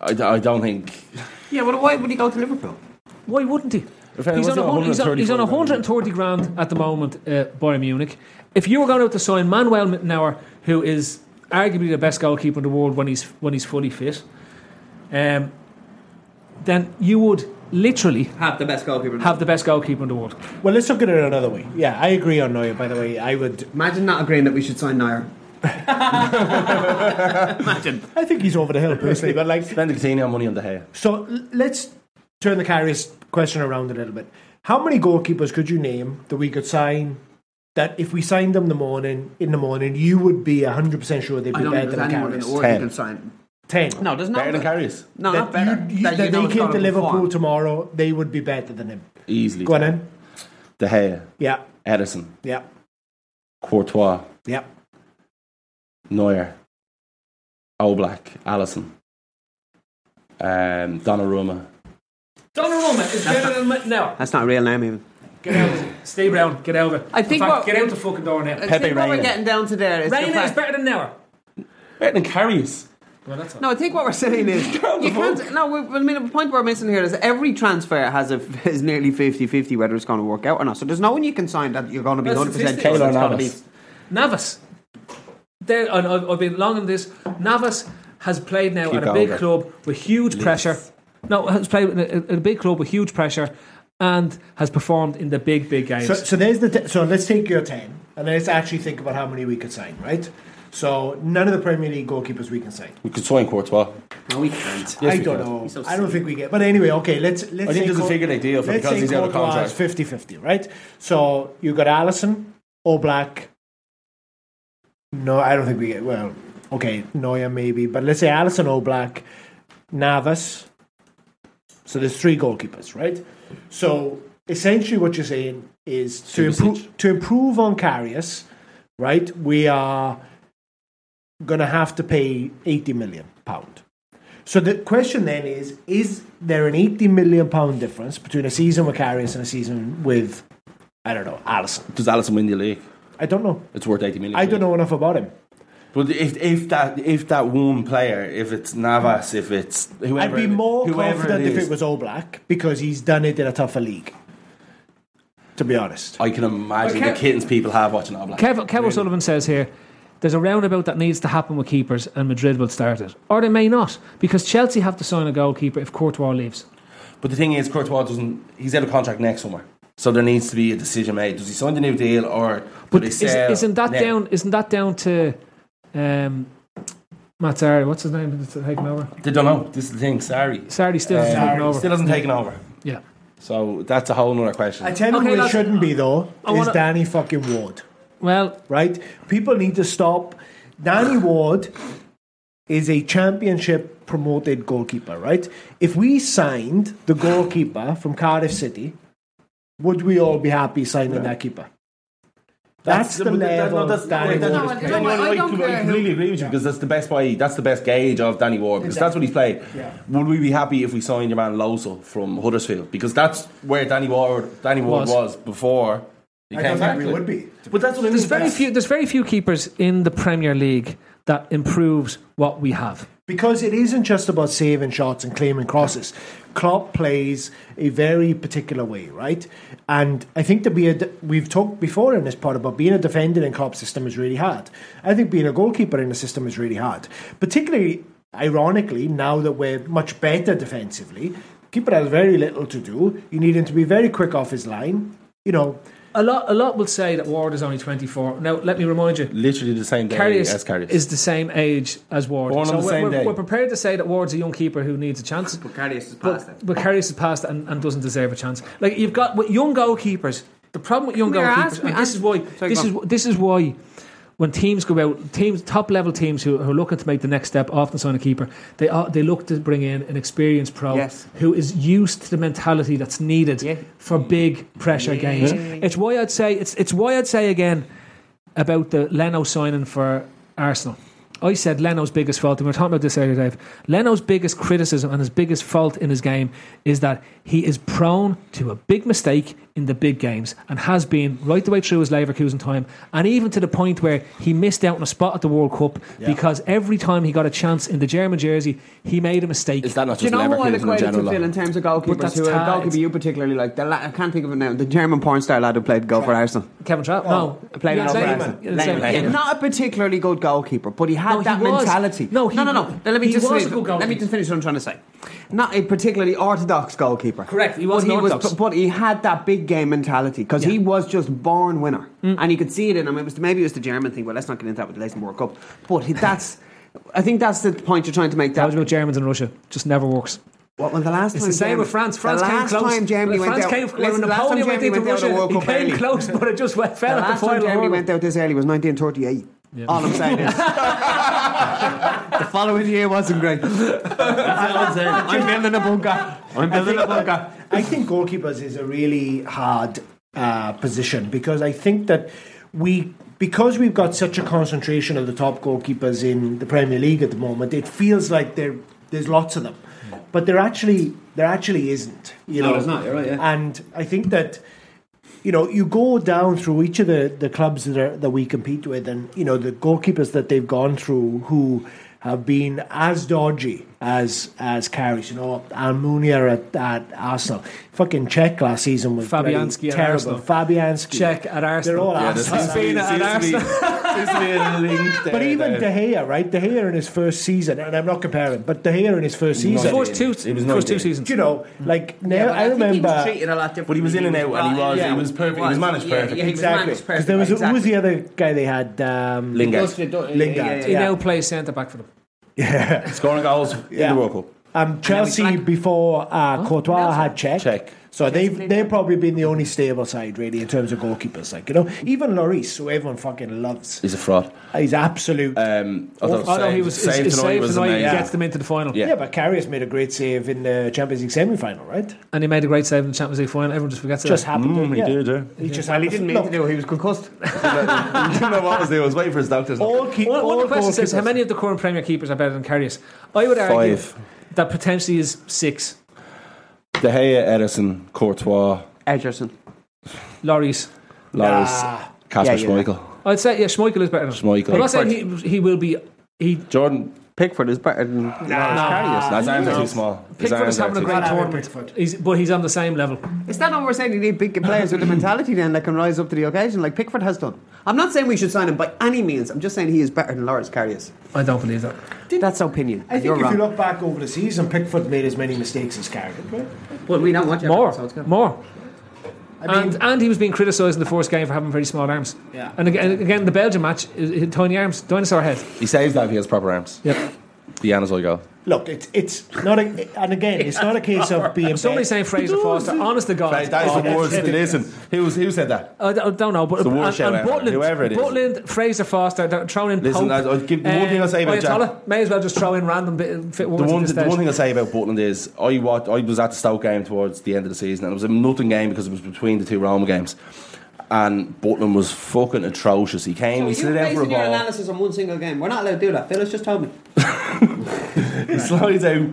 I: I, d- I don't think.
H: Yeah, well, why would he go to Liverpool?
F: Why wouldn't he?
I: If it
F: He's on,
I: wasn't
F: a hun- he's, on, he's on
I: 134 grand.
F: 130 grand at the moment, uh, Bayern Munich. If you were going out to sign Manuel Mittenauer, who is arguably the best goalkeeper in the world when he's when he's fully fit, um, then you would literally
H: Have the best goalkeeper.
F: have the best goalkeeper in the world.
G: Well, let's look at it another way. Yeah, I agree on Neuer. By the way, I would.
H: Imagine not agreeing that we should sign Nair.
G: I think he's over the hill personally, but like,
I: Spend the Coutinho money on the hair.
G: so l- let's turn the Carrius question around a little bit. How many goalkeepers could you name that we could sign? That if we signed them the morning in the morning, you would be hundred percent sure they'd
H: I
G: be
H: don't
G: better
H: think
G: than
H: there's anyone in the
G: Carrius.
H: world
I: Ten.
H: who can sign.
G: Ten.
H: No, there's not.
I: Better than Carrius.
H: No, not better.
G: that, you, you, that,
H: you know
G: they
H: it's
G: came
H: gotta
G: to
H: be
G: Liverpool
H: fun.
G: tomorrow, they would be better than him.
I: Easily.
G: Go on in.
I: De Gea,
G: Yeah,
I: Edison,
G: yeah,
I: Courtois,
G: yeah.
I: Neuer, Oblak, Allison, um, Donnarumma.
F: Donnarumma is better than Mittenauer.
H: That's not a real name, even.
F: Get out, stay Brown. Get over.
H: I think
F: In fact,
H: what-
F: get out the fucking door now.
H: I think what
I: Reina.
H: we're getting down to there is the
F: Reina is
H: fact-
F: better than Neuer.
I: Better than Carrius.
F: Well, that's
H: No, I think what we're saying is you can't. No, we, I mean the point we're missing here is every transfer has a is nearly 50-50 whether it's going to work out or not. So there's no one you can sign that you're going to be
F: That's
H: hundred percent
F: statistic.
I: Taylor
H: sure. it's gonna be-
I: Navas.
F: Navas. There, and I've, I've been long on this. Navas has played now
I: Keep
F: at a big
I: going.
F: club with huge pressure. No, has played at a, at a big club with huge pressure, and has performed in the big, big games.
G: So, so there's the t- so let's take your ten and let's actually think about how many we could sign, right? So none of the Premier League goalkeepers we can sign.
I: We could sign Courtois.
H: No, we can't.
G: I don't know. I don't think we get. But anyway, okay. Let's let's.
I: I think
G: say
I: there's a
G: Cour-
I: figure they deal for
G: let's
I: because
G: say
I: he's out of
G: Courtois
I: contract.
G: is 50-50, right? So you got Allison, All Black. No, I don't think we get. Well, okay, Neuer maybe, but let's say Allison, All Black, Navas. So there's three goalkeepers, right? So essentially, what you're saying is to improve to improve on Karius, right? We are going to have to pay 80 million pound. So the question then is: Is there an 80 million pound difference between a season with Karius and a season with I don't know Allison?
I: Does Allison win the league?
G: I don't know.
I: It's worth eighty million.
G: I don't know enough about him.
I: But if if that if that one player, if it's Navas, if it's whoever,
G: I'd be more
I: whoever
G: confident if
I: is,
G: it was All Black because he's done it in a tougher league. To be honest,
I: I can imagine
F: Okay.
I: the kittens people have watching All Black.
F: Kev, Kev O'Sullivan says here, there's a roundabout that needs to happen with keepers, and Madrid will start it, or they may not, because Chelsea have to sign a goalkeeper if Courtois leaves.
I: But the thing is, Courtois doesn't. He's out of contract next summer, so there needs to be a decision made. Does he sign the new deal or? do
F: But
I: they
F: is,
I: sell
F: isn't that
I: now?
F: down? Isn't that down to um, Mazzari? What's his name? That's taken over.
I: They don't know. This is the thing. Sorry,
F: Sarri still hasn't taken
G: Uh,
F: over.
I: Still hasn't taken over.
F: Yeah.
I: So that's a whole other question.
G: I tell you
F: Okay,
G: who it
F: that's-
G: shouldn't be though
F: I
G: is
F: wanna-
G: Danny fucking Ward.
F: Well,
G: right? People need to stop. Danny Ward is a championship promoted goalkeeper, right? If we signed the goalkeeper from Cardiff City, would we all be happy signing that keeper? That's, the
I: but that- that-
G: level
I: no, that's-
G: Danny
I: no,
G: Ward
I: that's-
G: is
I: no,
G: playing.
I: no, I, I completely agree with you because that's the best way. That's the best gauge of Danny Ward because that's what he's played. Would we be happy if we signed your man Lowsell from Huddersfield because that's where Danny Ward Danny Ward
F: Was.
I: was, before he
G: I
I: came
G: don't
I: back.
G: think we
I: to it.
G: would be.
I: But that's what I mean.
F: there's very few. There's very few keepers in the Premier League that improves what we have.
G: Because it isn't just about saving shots and claiming crosses. Klopp plays a very particular way, right? And I think to be a de- we've talked before in this pod about being a defender in Klopp's system is really hard. I think being a goalkeeper in the system is really hard, particularly ironically now that we're much better defensively. Keeper has very little to do. You need him to be very quick off his line. You know,
F: A lot. A lot will say that Ward is only 24. Now, let me remind you.
I: Literally the same day
F: Karius
I: as Karius.
F: is the same age as Ward.
I: Born on
F: so
I: the
F: we're,
I: same
F: we're,
I: day.
F: we're prepared to say that Ward's a young keeper who needs a chance.
H: But Cardius is past
F: But,
H: that.
F: but Karius has passed and, and doesn't deserve a chance. Like you've got with young goalkeepers. The problem with young
H: Come here,
F: goalkeepers,
H: ask me-
F: and this
H: ask-
F: is why
H: Sorry,
F: this
H: go
F: is
H: on.
F: this is why when teams go out, teams top level teams who, who are looking to make the next step often sign a keeper. They are, they look to bring in an experienced pro
H: Yes.
F: who is used to the mentality that's needed
H: Yeah.
F: for big pressure games. It's why I'd say it's it's why I'd say again about the Leno signing for Arsenal. I said Leno's biggest fault, and we were talking about this earlier, Dave. Leno's biggest criticism and his biggest fault in his game is that he is prone to a big mistake in the big games and has been right the way through his Leverkusen time, and even to the point where he missed out on a spot at the World Cup because every time he got a chance in the German jersey, he made a mistake.
I: Is that not
H: Do you
I: just
H: know who I'd
I: Leverkusen in
H: equate it to Phil in
I: general?
H: terms of
F: But
H: goalkeepers?
F: that's
H: Who a
F: tied.
H: goalkeeper you particularly like? The la- I can't think of it now. The German porn star lad who played goal for Arsenal.
F: Kevin Trapp? No.
H: Played
F: Yeah,
H: goal for
F: Lehmann.
H: Arsenal.
F: Yeah,
H: Lehmann.
F: Lehmann.
H: Yeah, Not a particularly good goalkeeper, but he had
F: No, he
H: that
F: was.
H: mentality.
F: No, he-
H: no, no, no. Now, Let me
F: he
H: just
F: was
H: finish-
F: a good
H: Let me
F: goalkeeper.
H: just finish what I'm trying to say. Not a particularly orthodox goalkeeper.
F: Correct, he wasn't
H: but
F: orthodox.
H: but, but he had that big game mentality because he was just born winner,
F: Mm.
H: and you could see it in him. It was maybe it was the German thing, but let's not get into that with the latest World Cup. But he- that's. I think that's the point you're trying to make.
F: That
H: That
F: was about Germans and Russia. Just never works.
H: Well, well, the last
F: It's
H: time
F: the same
H: Germany-
F: with France. France
H: the
F: came
H: last
F: close.
H: Time Germany
F: France
H: went
F: came
H: out,
F: close.
H: Listen, the last time
F: Napoleon went
H: Germany
F: into
H: went out of the
F: Russia.
H: World
F: He
H: Cup
F: came
H: early.
F: close, but it just went,
H: The
F: fell at the
H: last time
F: final
H: Germany
F: hurdle.
H: went out this early was 1938. All I'm saying is, the following year wasn't great. I'm building a bunker. I'm building a bunker.
G: I think goalkeepers is a really hard uh, position because I think that we because we've got such a concentration of the top goalkeepers in the Premier League at the moment, it feels like there there's lots of them, but there actually there actually isn't. You
H: No,
G: know,
H: there's not, you're right, yeah.
G: And I think that you know, you go down through each of the, the clubs that, are, that we compete with, and you know the goalkeepers that they've gone through who have been as dodgy as as carries. You know, Almunia at, at Arsenal. Fucking Czech last season was bloody
F: Fabianski at
G: terrible.
F: Arsenal.
G: Fabianski.
F: Czech at
G: They're
F: Arsenal.
G: all
F: Yeah, there
G: Arsenal.
F: seems to be- Fabina at seems to be-
G: But even De Gea, right? De Gea in his first season, and I'm not comparing, but De Gea in his first
I: He was
G: season,
I: First two- he was first two 19. seasons.
G: You know, like now
H: Yeah, but
G: I,
H: I think he was
G: remember
H: treated a lot differently.
I: But he was in and out, and he was
H: Yeah.
I: he was perfect. He was managed
H: Yeah,
I: perfect.
H: yeah, he was managed
G: Exactly.
H: perfect,
G: Because there was a- who
H: exactly.
G: was the other guy they had? Um,
I: Lingard.
G: Lingard.
F: He
G: yeah.
F: now plays centre back for them.
I: Scoring goals in the World Cup.
G: Um, Chelsea before uh, Courtois had Czech. So they've they've probably been the only stable side really in terms of goalkeepers. Like you know, even Lloris, who everyone fucking loves,
I: He's a fraud.
G: he's absolute.
I: Um,
G: Oh,
I: although
G: I know
I: save,
G: he was- his-
I: save
G: his
I: tonight
G: save
I: was
G: tonight
I: amazing.
F: Gets them into the final.
G: yeah. but Carrius made a great save in the Champions League semi-final, right?
F: And he made a great save in the Champions League final. Everyone just forgets
G: Just
F: that.
G: happened.
I: Mm, he
G: yeah.
I: did, yeah.
G: He just
H: Well, he
G: happened.
H: didn't mean
G: Look,
H: to do. it, He was concussed.
I: I didn't know what was there. I was waiting for his doctor's.
G: all keep,
F: One, one
G: all
F: of the questions says how
G: goalkeepers-
F: many of the current Premier keepers are better than Karius? I would argue
I: Five.
F: that potentially is six.
I: De Gea, Edison, Courtois,
H: Edgerson.
F: Loris.
I: Loris, Casper
H: Yeah, yeah.
I: Schmeichel.
F: I'd say yeah, Schmeichel is better than him.
I: Schmeichel.
F: I'm not saying he, he will be. He
I: Jordan
H: Pickford is better than Loris Karius.
I: His arms are too small. His
F: Pickford
I: arms
F: is
I: are
F: having a
I: too
F: great
I: small.
F: tournament, he's, but he's on the same level.
H: Is that not we're saying you need big players with a mentality then that can rise up to the occasion, like Pickford has done? I'm not saying we should sign him by any means. I'm just saying he is better than Lawrence Carrius.
F: I don't believe that.
H: That's opinion.
G: I think
H: You're
G: if
H: wrong.
G: you look back over the season, Pickford made as many mistakes as Carrius. Right?
H: well, we don't want you
F: More,
H: so it's good.
F: more.
G: I mean,
F: and and he was being criticised in the first game for having very small arms.
G: Yeah.
F: And again, again the Belgium match, uh, tiny arms, dinosaur head.
I: He saves that if he has proper arms.
F: Yep.
I: Deanna's all go.
G: look, it's it's not a, and again, it's not a case of being.
F: Uh, Somebody
G: bad.
F: saying Fraser Foster, honest to God. Oh,
I: That that is the worst. Listen, who was who said that?
F: I don't I don't know, but
I: the worst
F: and, and
I: shout ever,
F: Butland,
I: whoever it is.
F: Butland, Fraser Foster, they're Uh, thrown in.
I: Listen,
F: Pope,
I: I- I'll give- the one thing I'll say about Jack-
F: Ayatollah. oh, may as well just throw in random bit, fit
I: The
F: women
I: one,
F: at this
I: the
F: stage.
I: one thing I say about Portland is I watched, I was at the Stoke game towards the end of the season, and it was a nothing game because it was between the two Roma games. And Portland was fucking atrocious. He came, he slid out for a
H: your
I: ball,
H: analysis on one single game. We're not allowed to do that. Phyllis just told me.
I: he slides out,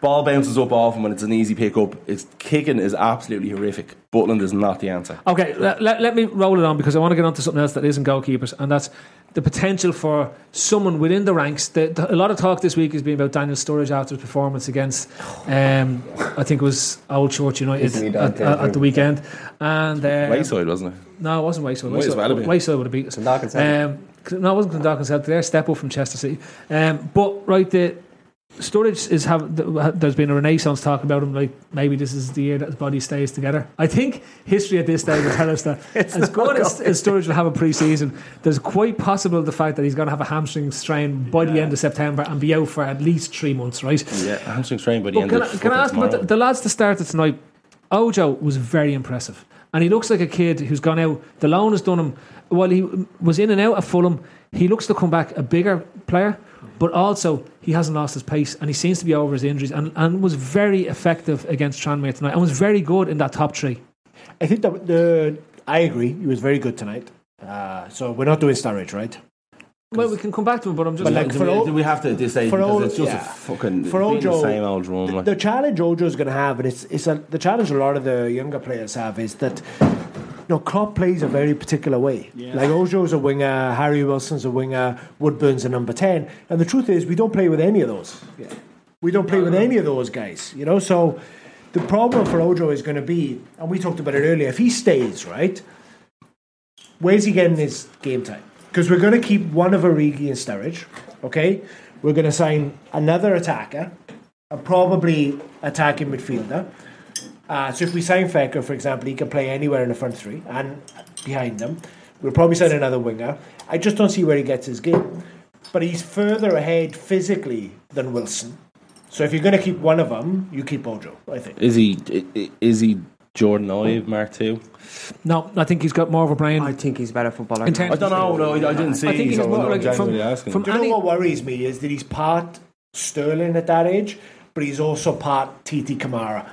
I: ball bounces up off him when it's an easy pick up. His kicking is absolutely horrific. Portland is not the answer.
F: Okay, let, let, let me roll it on because I want to get on to something else that isn't goalkeepers, and that's the potential for someone within the ranks. The, the- a lot of talk this week has been about Daniel Sturridge after his performance against, um, I think it was Old Church United at, at, at the weekend. And uh,
I: Wayside, wasn't it?
F: No, it wasn't Wayside.
I: Might as
F: Wayside,
I: well have been.
F: Wayside would have beat us.
H: Clondalkin Celtic.
F: Um, no, it wasn't Clondalkin Celtic. They're a step up from Chester City. Um, but, right, the Sturridge is have there's been a renaissance talk about him like maybe this is the year that his body stays together I think history at this stage will tell us that as good as, as Sturridge will have a pre-season there's quite possible the fact that he's going to have a hamstring strain by the end of September and be out for at least three months right
I: Yeah, hamstring strain by the
F: but
I: end
F: can,
I: of
F: I, can I ask about the, the lads that started tonight? Ojo was very impressive, and he looks like a kid who's gone out. The loan has done him. While he was in and out at Fulham, he looks to come back a bigger player, but also he hasn't lost his pace, and he seems to be over his injuries, and, and was very effective against Tranmere tonight, and was very good in that top three.
G: I think that the I agree. He was very good tonight. Uh, so we're not doing Sturridge, right?
F: Well, we can come back to him, but I'm just
G: But like
I: do,
G: for
I: we,
G: all-
I: do we have to at this stage
G: for
I: because
G: all-
I: it's just
G: yeah.
I: a fucking
G: For
I: being
G: Ojo,
I: the same old drum.
G: The,
I: like.
G: the challenge Ojo's going to have, and it's it's a, the challenge a lot of the younger players have, is that you know Klopp plays a very particular way. Like Ojo's a winger, Harry Wilson's a winger, Woodburn's a number ten, and the truth is we don't play with any of those. We don't play with any of those guys, you know. So the problem for Ojo is going to be, and we talked about it earlier. If he stays, right, where's he getting his game time? Because we're going to keep one of Origi and Sturridge, okay? We're going to sign another attacker, a probably attacking midfielder. Uh, so if we sign Fecker, for example, he can play anywhere in the front three and behind them. We'll probably sign another winger. I just don't see where he gets his game. But he's further ahead physically than Wilson. So if you're going to keep one of them, you keep Ojo, I think.
I: Is he i- i- is he Jordan Ive Mark Two?
F: no, I think he's got more of a brain.
H: I think he's a better footballer.
F: In
H: than
F: terms-
I: I don't know. No, I, I didn't see.
F: I think he's
I: so
F: more
I: I'm
F: like
I: genuinely
F: from-
I: asking.
F: from-
G: Do you
F: And he-
G: know what worries me is that he's part Sterling at that age, but he's also part TT Kamara.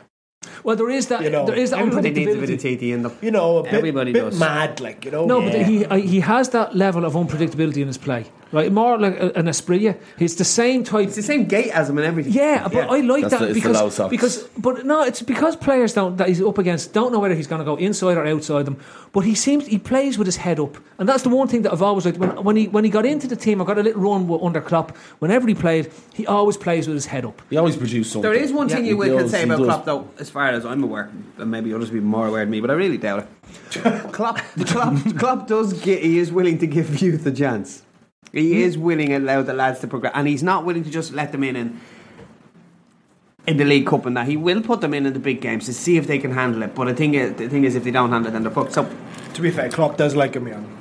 F: Well, there is that.
H: You know,
F: there is that
H: everybody needs a bit of
F: unpredictability.
H: TT in them.
G: You know, a
H: bit- Everybody bit does. mad,
G: like you
F: No, but he I- he has that level of unpredictability in his play, right? More like a- an Espria. He's the same type. It's the
H: same gait as him and everything.
F: Yeah, but I like
I: That's
F: that
I: the- it's the low
F: because
I: socks.
F: because but no, it's because players don't that he's up against don't know whether he's going to go inside or outside them. But he seems he plays with his head up, and that's the one thing that I've always liked. When, when he when he got into the team, I got a little run with- under Klopp. Whenever he played, he always plays with his head up.
I: He always produced something.
H: There is one thing
I: Yeah,
H: you
I: he
H: will can
I: does,
H: say
I: he
H: about
I: does.
H: Klopp, though, as far as I'm aware, and maybe others will be more aware than me, but I really doubt it. Klopp, Klopp, Klopp does. Get, he is willing to give youth a chance. He
F: Hmm?
H: is willing to allow the lads to progress, and he's not willing to just let them in and in the League Cup and that. He will put them in in the big games to see if they can handle it. But the thing is, the thing is, if they don't handle it, then they're fucked. So
G: To be fair, Klopp does like him young.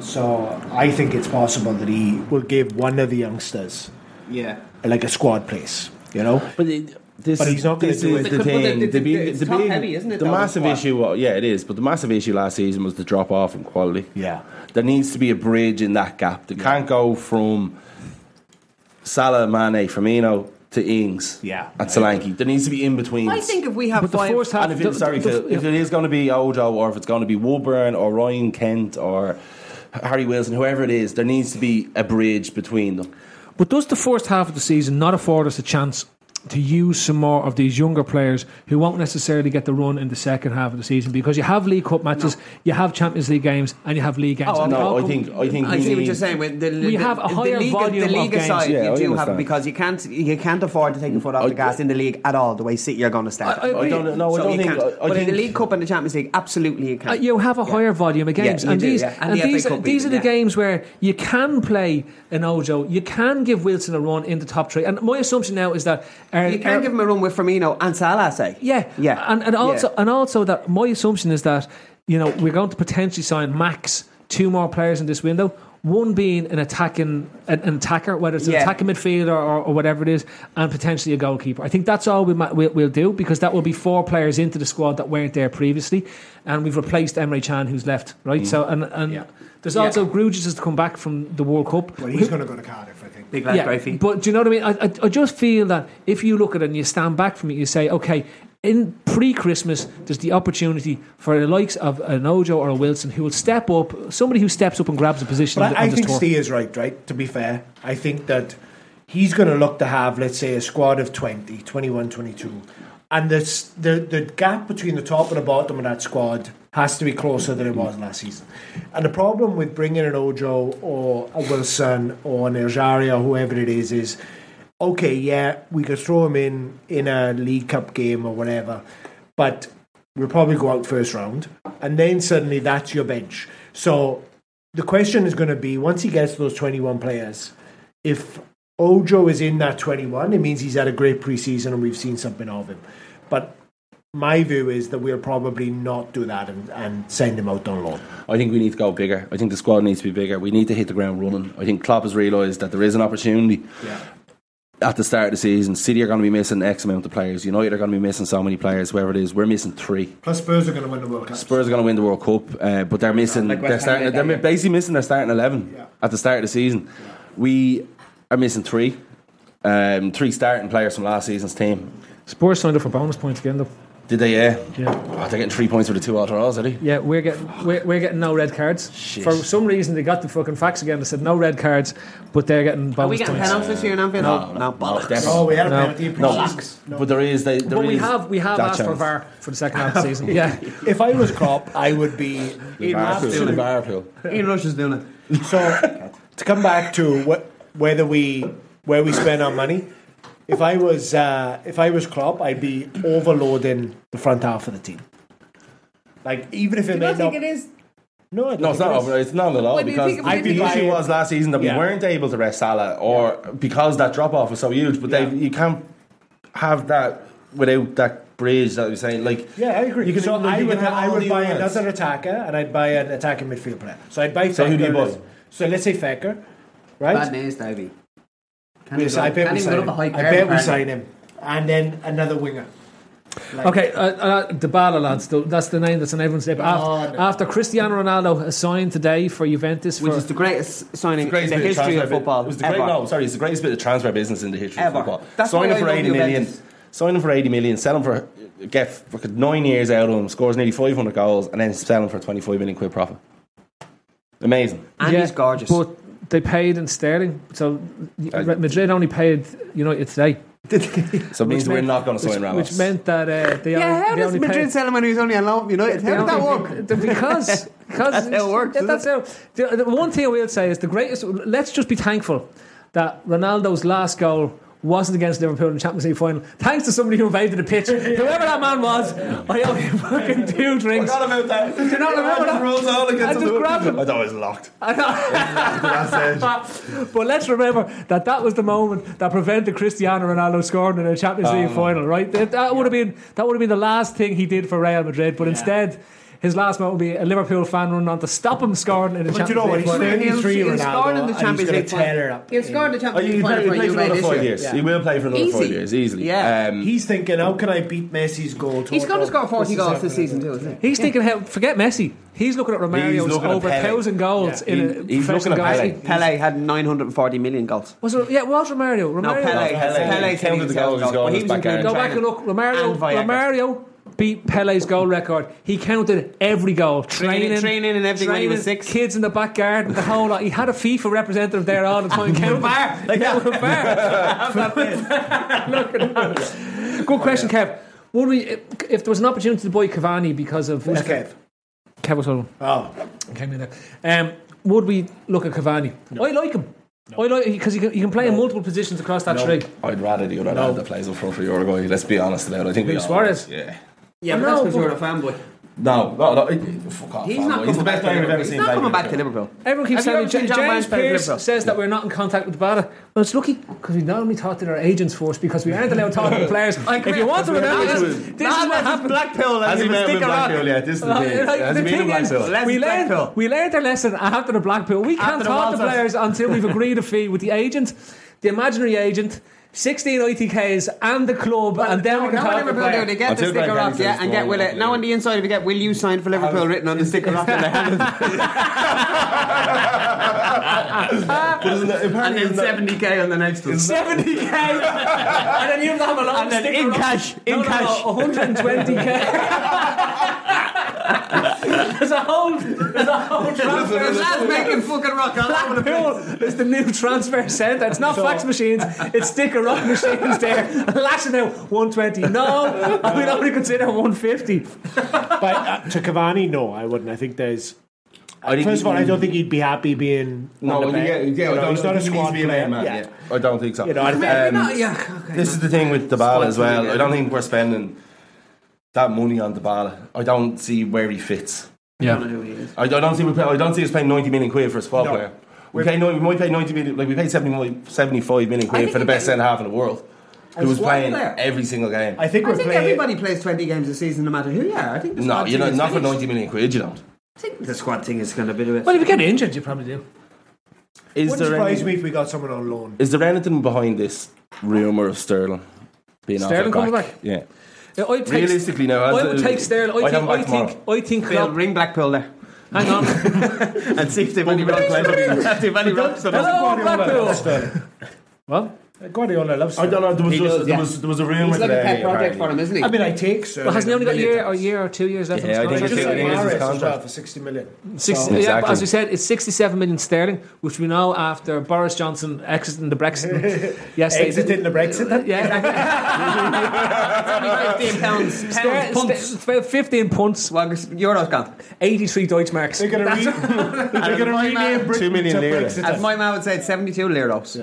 G: So I think it's possible that he will give one of the youngsters
H: yeah,
G: like a squad place, you know?
I: But, it, this,
G: But he's not gonna
I: this
G: do
I: is
G: it.
I: The
G: But the-
I: thing,
G: the-
I: the, big-
G: it's
I: the
G: top
I: big-
G: heavy, isn't it,
I: The
G: though,
I: massive
G: squad?
I: issue, well, yeah, it is. But the massive issue last season was the drop off in quality.
G: Yeah,
I: there needs to be a bridge in that gap. They can't go from Salah, Mane, Firmino to Ings, yeah, and Solanke. There needs to be in between.
H: I think if we have
I: But the
H: five,
I: first half- And if it, sorry, Phil, if it is going to be Ojo or if it's going to be Woburn or Ryan Kent or Harry Wilson, whoever it is, there needs to be a bridge between them.
F: But does the first half of the season not afford us a chance to use some more of these younger players who won't necessarily get the run in the second half of the season? Because you have League Cup matches, you have Champions League games, and you have league games.
H: Oh,
F: And they
H: no,
F: all
I: I
F: come-
I: think- I think
H: I see what you're saying. With the, the,
F: We have
H: the
F: a higher
H: league,
F: volume
H: the
F: of
H: league
F: games.
H: aside,
F: Yeah, I
H: you do have
I: understand.
H: because you can't you can't afford to take your foot off the gas in the league at all. The way City are going to start.
F: I- I agree. I don't- no, I
H: So
F: don't
H: you
F: think-
H: can't.
F: I- I
H: but in
F: think-
H: the League Cup and the Champions League, absolutely you can.
F: Uh, you have a higher volume of
H: Yeah,
F: games,
H: you
F: and
H: do,
F: these
H: yeah.
F: and,
H: And the FA
F: these,
H: Cup
F: these are the
H: even, yeah.
F: games where you can play an Ojo, you can give Wilson a run in the top three. And my assumption now is that uh,
H: you can
F: uh,
H: give him a run with Firmino and Salah. Say
F: yeah,
H: yeah,
F: and and
H: Yeah.
F: also and also that my assumption is that you know we're going to potentially sign max two more players in this window. One being an attacking an, an attacker, whether it's an
H: Yeah.
F: attacking midfielder or, or whatever it is, and potentially a goalkeeper. I think that's all we might, we'll, we'll do because that will be four players into the squad that weren't there previously, and we've replaced Emre Chan who's left, right?
H: Mhm.
F: So and and there's
H: Yeah.
F: also Grujic has come back from the World Cup.
G: Well, he's going to go to Cardiff, I think.
H: Big lad, Bryce.
F: But do you know what I mean? I, I, I just feel that if you look at it and you stand back from it, you say, okay, in pre Christmas, there's the opportunity for the likes of an Ojo or a Wilson who will step up, somebody who steps up and grabs a position.
G: But
F: on, the-
G: I, I
F: on this
G: think
F: tour.
G: Steve is right, right? To be fair, I think that he's going to look to have, let's say, a squad of 20, 21, 22. And this, the, the gap between the top and the bottom of that squad has to be closer than it was last season. And the problem with bringing an Ojo or a Wilson or an Erjari or whoever it is is, okay, yeah, we could throw him in in a League Cup game or whatever, but we'll probably go out first round. And then suddenly that's your bench. So the question is going to be once he gets those 21 players, if Ojo is in that 21, it means he's had a great preseason and we've seen something of him. But my view is that we'll probably not do that and, and send him out on loan.
I: I think we need to go bigger. I think the squad needs to be bigger. We need to hit the ground running. I think Klopp has realised that there is an opportunity at the start of the season. City are going to be missing X amount of players. United are going to be missing so many players. Whoever it is, we're missing three.
G: Plus, Spurs are going to win the World Cup.
I: Spurs are going to win the World Cup, uh, but they're missing.
G: Like West
I: they're
G: Ham
I: starting,
G: did
I: they're
G: that year.
I: basically missing their starting eleven at the start of the season. We are missing three, um, three starting players from last season's team.
F: Spurs signed up for bonus points again, though.
I: Did they? Yeah.
F: Yeah.
I: Oh, they're getting three points for the two all draws, are they?
F: Yeah, we're getting we're, we're getting no red cards. For some reason, they got the fucking facts again. They said no red cards, but they're getting bonus
H: Are we getting
F: points.
H: penalties this year in Anfield?
I: No,
H: no, bollocks.
I: definitely.
G: Oh, we had a
F: No.
G: penalty in
I: No,
G: pre-season.
I: but there is. They, there
F: But we
I: is
F: have we have
I: that
F: asked for
I: chance.
F: VAR for the second half of the season. Yeah,
G: If I was Klopp, I would be in absolute Oh,
H: Ian Rush is doing it.
G: So to come back to what whether we where we spend our money, if I was uh, if I was Klopp, I'd be overloading the front half of the team. Like even if it may not,
H: is?
G: no, I don't
I: No, it's
G: think
I: not
G: it is.
I: over. It's not at all
H: Wait, but you
I: because
H: think if we
I: I
H: did
I: think the
G: the
I: issue
G: Bayern-
I: was last season that we
G: Yeah.
I: weren't able to rest Salah, or because that drop off was so huge. But they, you can't have that without that bridge that you're saying. Like,
G: Yeah, I agree.
I: You can-
G: so
I: you
G: I
I: can
G: would,
I: have
G: I
I: all
G: would
I: the
G: buy
I: elements.
G: another attacker and I'd buy an attacking midfield player. So I'd buy.
I: So who do you
G: Fecker.
I: buy?
G: So let's say Fecker, right?
H: Bad news, Davy. Can
G: We
H: he
G: s-
H: go-
G: I bet
H: can
G: we
H: he go
G: sign
H: up
G: him.
H: a high
G: I
H: curve,
G: bet we
H: apparently?
G: sign him, and then another winger. Like-
F: Okay, uh, uh, Dybala, lads. though, That's the name that's on everyone's lip. After, after Cristiano Ronaldo has signed today for Juventus, for,
H: Which is the greatest signing
I: It's the
H: in
I: greatest
H: the
I: bit of
H: history
I: transfer
H: of
I: bit-
H: football.
I: It was the great,
H: ever.
I: no, sorry, it's the greatest bit of transfer business in the history
H: Ever.
I: of football.
H: That's
I: sign
H: why
I: him for
H: I love
I: eighty million.
H: Juventus.
I: Sign him for eighty million. Sell him for get fucking nine years out of him, scores nearly 500 goals, and then sell him for 25 million quid profit. Amazing.
F: And he's gorgeous. But they paid in sterling, so Madrid only paid United today.
I: So it means
F: Which
I: we're
F: meant-
I: not going to
F: which-
I: sign Ramos.
F: Which meant that uh, they
H: Yeah,
F: only,
H: how
F: they
H: does
F: only
H: Madrid
F: paid,
H: sell him when he's only on loan? from United, how did that work?
F: Because, because
H: That's how it works,
F: Yeah,
H: isn't
F: that's how. The, the one thing I will say is the greatest. Let's just be thankful that Ronaldo's last goal wasn't against Liverpool in the Champions League final. Thanks to somebody who invaded the pitch. Whoever that man was, I owe you fucking two drinks.
I: Forgot about that.
F: Do you not remember that? I just grabbed him.
I: I thought it was locked.
F: I know. but let's remember that that was the moment that prevented Cristiano Ronaldo scoring in a Champions League
I: Oh.
F: final, right? That, that would have been that would have been the last thing he did for Real Madrid, but instead. His last moment would be a Liverpool fan running on to stop him scoring in a
G: But
F: Champions
G: you know what?
F: League
G: He's
F: final.
H: He'll,
G: 33
H: he'll
G: Ronaldo,
H: score in
G: and
H: the
G: he's
H: Champions
G: gonna
H: League.
G: tear
H: final.
G: up.
H: He'll score in the
I: Oh,
H: Champions
I: he
H: League
I: play,
H: final
I: he
H: for
I: plays for
H: Juve
I: another
H: this
I: five
H: year.
I: years. He will play for another five
H: Easy.
I: years, easily.
H: Yeah.
I: Um,
G: He's thinking, how can I beat Messi's goal?
H: He's going
G: total?
H: to score 40
G: is
H: goals
G: happening.
H: this season too, isn't he?
F: He's thinking, how, forget Messi. He's looking at Romario's
I: looking at
F: over a
I: Pele.
F: thousand goals
I: Yeah.
F: in
I: He-
F: a
I: he's
F: professional
I: looking at
F: goal.
I: Pele.
H: Pele had 940 million goals.
F: Was it, yeah, it was Romario.
H: No,
F: Romario.
H: Pele. Pele,
I: Pele.
H: Pele
I: He
H: said he
I: counted the
H: was
I: goals
H: out
I: going
H: of goal. When
I: his
H: he was in
I: back end.
H: Grenada.
F: Go back and look. Romario,
H: And Viegas.
F: Romario beat Pele's goal record. He counted every goal. Training,
H: Training- training and everything when he was
F: training,
H: six.
F: Kids in the back garden, the whole lot. He had a FIFA representative there all the time. Kevin Barr. Like that. Kevin Barr. look at that. Good question,
H: Oh,
F: Kev. Would we, if there was an opportunity to buy Cavani because of
G: Who's
F: uh,
G: Kev?
F: Kev O'Sullivan.
G: Oh,
F: Came in there. Um, would we look at Cavani? I like him. I like because you can, you can play in multiple positions across that tree.
I: I'd rather the other lad that plays up front for Uruguay. Let's be honest about it. I think we
F: Luis
I: all-
F: Suarez?
I: Yeah.
H: Yeah, but
F: I
H: that's
F: know,
H: because you're a fanboy.
I: No, no, no. it- Fuck off.
H: He's
I: fanboy.
H: not coming
I: He's the
H: back
I: best player
H: to
I: we've ever
H: Liverpool.
I: seen.
H: He's not
I: play
H: coming back to
I: Liverpool.
H: Liverpool.
F: Everyone keeps
H: Have you ever
F: telling me
H: seen
F: James,
H: John Barnes play
F: Pierce
H: Liverpool?
F: says that we're not in contact with the Bada. Well, it's lucky because we normally talk to our agents first because we aren't allowed to talk to the players. if you want to remember
I: That
F: this,
I: is-
F: this is what happened.
H: Blackpool
I: Has he
H: was
I: met with
H: sticking around.
I: Blackpool yet? This is the
F: Uh,
I: thing.
F: like,
I: Has
F: the
I: he been
F: thing
I: in
F: is,
I: Blackpool?
H: Less
F: we
H: Blackpool.
F: learned, we learned our lesson after the Blackpool. We can't
H: After the
F: talk to
H: Walsall.
F: players until we've agreed a fee with the agent, the imaginary agent, 16 ITKs, and the club, and then we can
H: No
F: talk
H: one
F: to the
H: Liverpool do.
F: player.
H: They get the
I: Until
H: sticker
I: Greg
H: off, yeah,
I: Henderson's
H: and get
I: gone,
H: will
I: yeah.
H: it. Now on the inside, if you get "Will you sign for Liverpool" written on the sticker off,
I: But isn't that-
H: and
I: apparently
H: then
I: isn't that-
H: seventy k on the next one.
F: 70k, and then you have to have a long
H: And then
F: sticker
H: in
F: on-
H: cash,
F: no,
H: in
F: no, no,
H: cash.
F: 120k. there's a whole, there's a whole
H: There's
F: transfer.
H: lads making fucking rock all over the place.
F: Blackpool is the new transfer centre. It's not fax machines, it's sticker rock machines there. Lashing out 120. No, I would only consider 150.
G: but uh, to Cavani, no, I wouldn't. I think there's.
I: I think
G: First of all, I
I: he-
G: don't think he'd be happy being.
I: No,
G: on the
I: yeah,
G: bench.
I: yeah,
G: You
I: I
G: know,
I: don't
G: he's not a
I: think he
G: squad
I: needs to be a
G: player.
I: main man.
G: Yeah.
I: Yeah. I don't think so.
G: You know, I think-
I: Um,
F: No, yeah, okay.
I: This is the thing with Dybala as well. I don't think we're spending that money on Dybala. I don't see where he fits.
B: Yeah.
I: I don't, I don't see we pay, I don't see us paying ninety million quid for a squad player. We pay no, we might pay ninety million like we paid 70, 75 million
H: I
I: quid
H: think
I: for the
H: we
I: best
H: pay-
I: centre half in the world. Who was
H: squad
I: playing
H: player.
I: every single game.
G: I think we're
H: I think
G: playing.
H: everybody plays 20 games a season, no matter who you are. I think the
I: no,
H: squad
I: you know
H: thing is
I: not for
H: finished.
I: ninety million quid, you don't.
H: I think the squad thing is going to be a bit.
F: Well, if you get injured, you probably do.
I: Is
G: Wouldn't
I: there,
G: surprise
I: any,
G: me if we got someone on loan.
I: is there anything behind this rumour of Sterling being off
F: Sterling
I: at
F: coming
I: back?
F: back?
I: Yeah.
F: Yeah, I'd take-
I: Realistically now, as
F: I would
I: a-
F: take Sterling. I
I: I'd have
F: think,
I: him
F: I
I: back
F: think, I think
H: They'll
F: Klopp.
H: ring Blackpool there
F: Hang on.
H: and see if they've any rocks. If they've any rocks. on them.
F: Hello, Oh, Blackpool.
G: Well, Guardiola loves.
I: I don't know. There was,
H: He does,
I: there
H: yeah.
I: was there was a rumour
H: It's like a
I: today.
H: pet project
I: apparently.
H: for him, isn't
G: I
H: he?
G: mean, I take. Sir,
F: But hasn't he only got a year, a
G: Millions.
F: year or two years left? on
I: Yeah,
F: his
I: I think it's
F: contract?
G: Just like
I: It is his
G: Mahrez as well
I: contract.
G: for sixty million.
F: Six-
I: So-
F: Yeah, but
I: Exactly.
F: as we said, it's 67 million sterling, which we know after Boris Johnson exiting the Brexit. yes, they-
G: Exiting the Brexit. Then.
F: Yeah,
H: Only 15 pounds.
F: Ster-
H: Pounds. Punts.
F: ster- 15 punts,
H: Well, Euro's gone.
F: 83 Deutschmarks.
G: They're going to re- they're going
H: my
G: to
H: man-
G: rename Britain
I: Two million
G: to
I: lira.
G: Brexit.
H: As my man would say, it's 72 liros.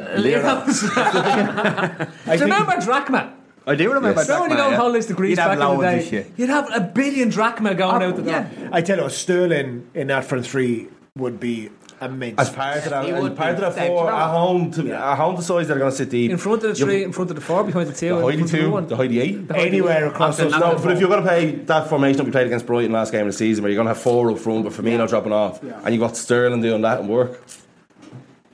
G: I
F: Do you
G: think-
F: remember Drachma?
H: I do remember
I: Yes.
H: that.
F: Remember when you go on
H: man,
F: holidays
H: yeah.
F: to Greece
H: You'd have
F: back in the
H: loads of
F: day?
H: shit. Oh,
F: You'd have a billion Drachma going out the door.
H: yeah.
G: I tell you, Sterling in that front three would be immense.
I: As part of that,
H: He
I: and
H: would
I: part of
H: be
I: that
H: safe
I: four,
H: to
I: at
H: run.
I: home to at home the sides that are going to sit deep
F: In front of the
I: You-
F: three, in front of the four, behind the two,
I: the
F: and
I: Heidi
F: in front of the
I: two,
F: one.
I: the Heidi eight.
G: Anywhere across
I: So
G: those.
I: no, but if you're going to play that formation that we played against Brighton last game of the season, where you're going to have four up front with Firmino dropping off, and you got Sterling doing that and work,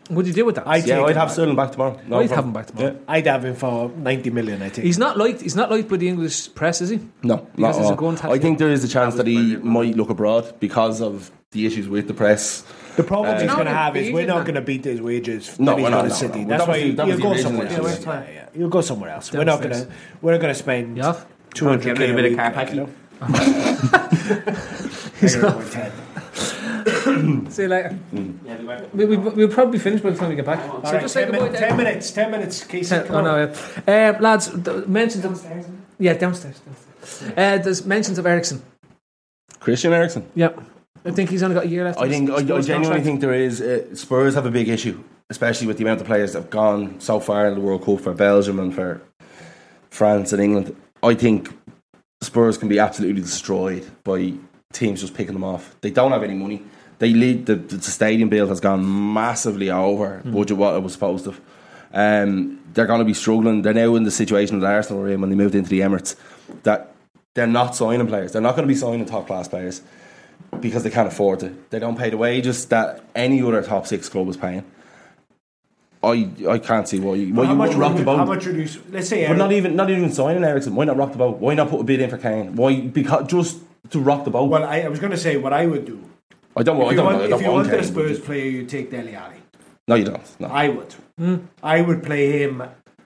F: What'd you do with that?
G: I-
I: yeah,
G: Take
I: I'd
G: him
I: have
G: back.
I: Sterling back tomorrow. No problem.
F: I'd have him back tomorrow.
G: I'd have him for ninety million. I think.
F: He's not liked. He's not liked by the English press, is he?
I: No, not
F: Because
I: at
F: it's a
I: all.
F: gun
I: I
F: tactic.
I: think there is a chance that he might look abroad because of the issues with the press. Uh,
G: The problem he's
F: No,
G: going to
F: no,
G: have
F: he
G: is we're
F: didn't.
G: not going to beat his wages.
I: No,
G: that he's
I: we're not,
G: gonna
I: no,
G: City.
I: no.
G: That's
I: That was
G: why
I: the-
G: he,
I: that was
G: will
I: the
G: go
I: original
G: somewhere
I: issue.
G: else. Yeah, yeah. He'll go somewhere else. We're not going to.
F: Downstairs.
G: We're not going to spend
F: Yeah.
H: Trying to get rid of a bit of Karpacki.
F: See you later.
I: Hmm.
F: We, we, we'll probably finish by the time we get back. so
G: right,
F: just say
G: ten
F: goodbye
G: min-
F: to
G: ten
F: everyone.
G: minutes, ten minutes, Casey,
F: Ten-
G: come
F: oh,
G: on.
F: no, yeah. Um, lads, th- mentions downstairs. Yeah, downstairs. downstairs. Uh, there's mentions of Ericsson.
I: Christian Eriksen.
F: Yep. I think he's only got a year left.
I: I
F: on his-
I: think I,
F: his
I: I genuinely
F: contract.
I: think there is uh, Spurs have a big issue, especially with the amount of players that have gone so far in the World Cup for Belgium and for France and England. I think Spurs can be absolutely destroyed by teams just picking them off. They don't have any money. They lead the, the stadium bill has gone massively over
J: Mm.
I: budget what it was supposed to. Um, they're going to be struggling. They're now in the situation that Arsenal were in when they moved into the Emirates. That they're not signing players. They're not going to be signing top class players because they can't afford it. They don't pay the wages that any other top six club was paying. I I can't see why you why
G: how
I: you
G: much
I: wouldn't rock the
G: would you-
I: boat.
G: How much would you? s- Let's say
I: But
G: Eric-
I: not even not even signing Ericsson. Why not rock the boat? Why not put a bid in for Kane? Why because just to rock the boat?
G: Well, I, I was going to say what I would do.
I: I don't want. I
G: if you
I: don't
G: want,
I: want. I
G: if
I: don't
G: you
I: want
G: want a
I: Kane. but
G: Spurs
I: just-
G: player, you take Deli Ali.
I: No, you don't. No,
G: I would.
F: Hmm?
G: I would play him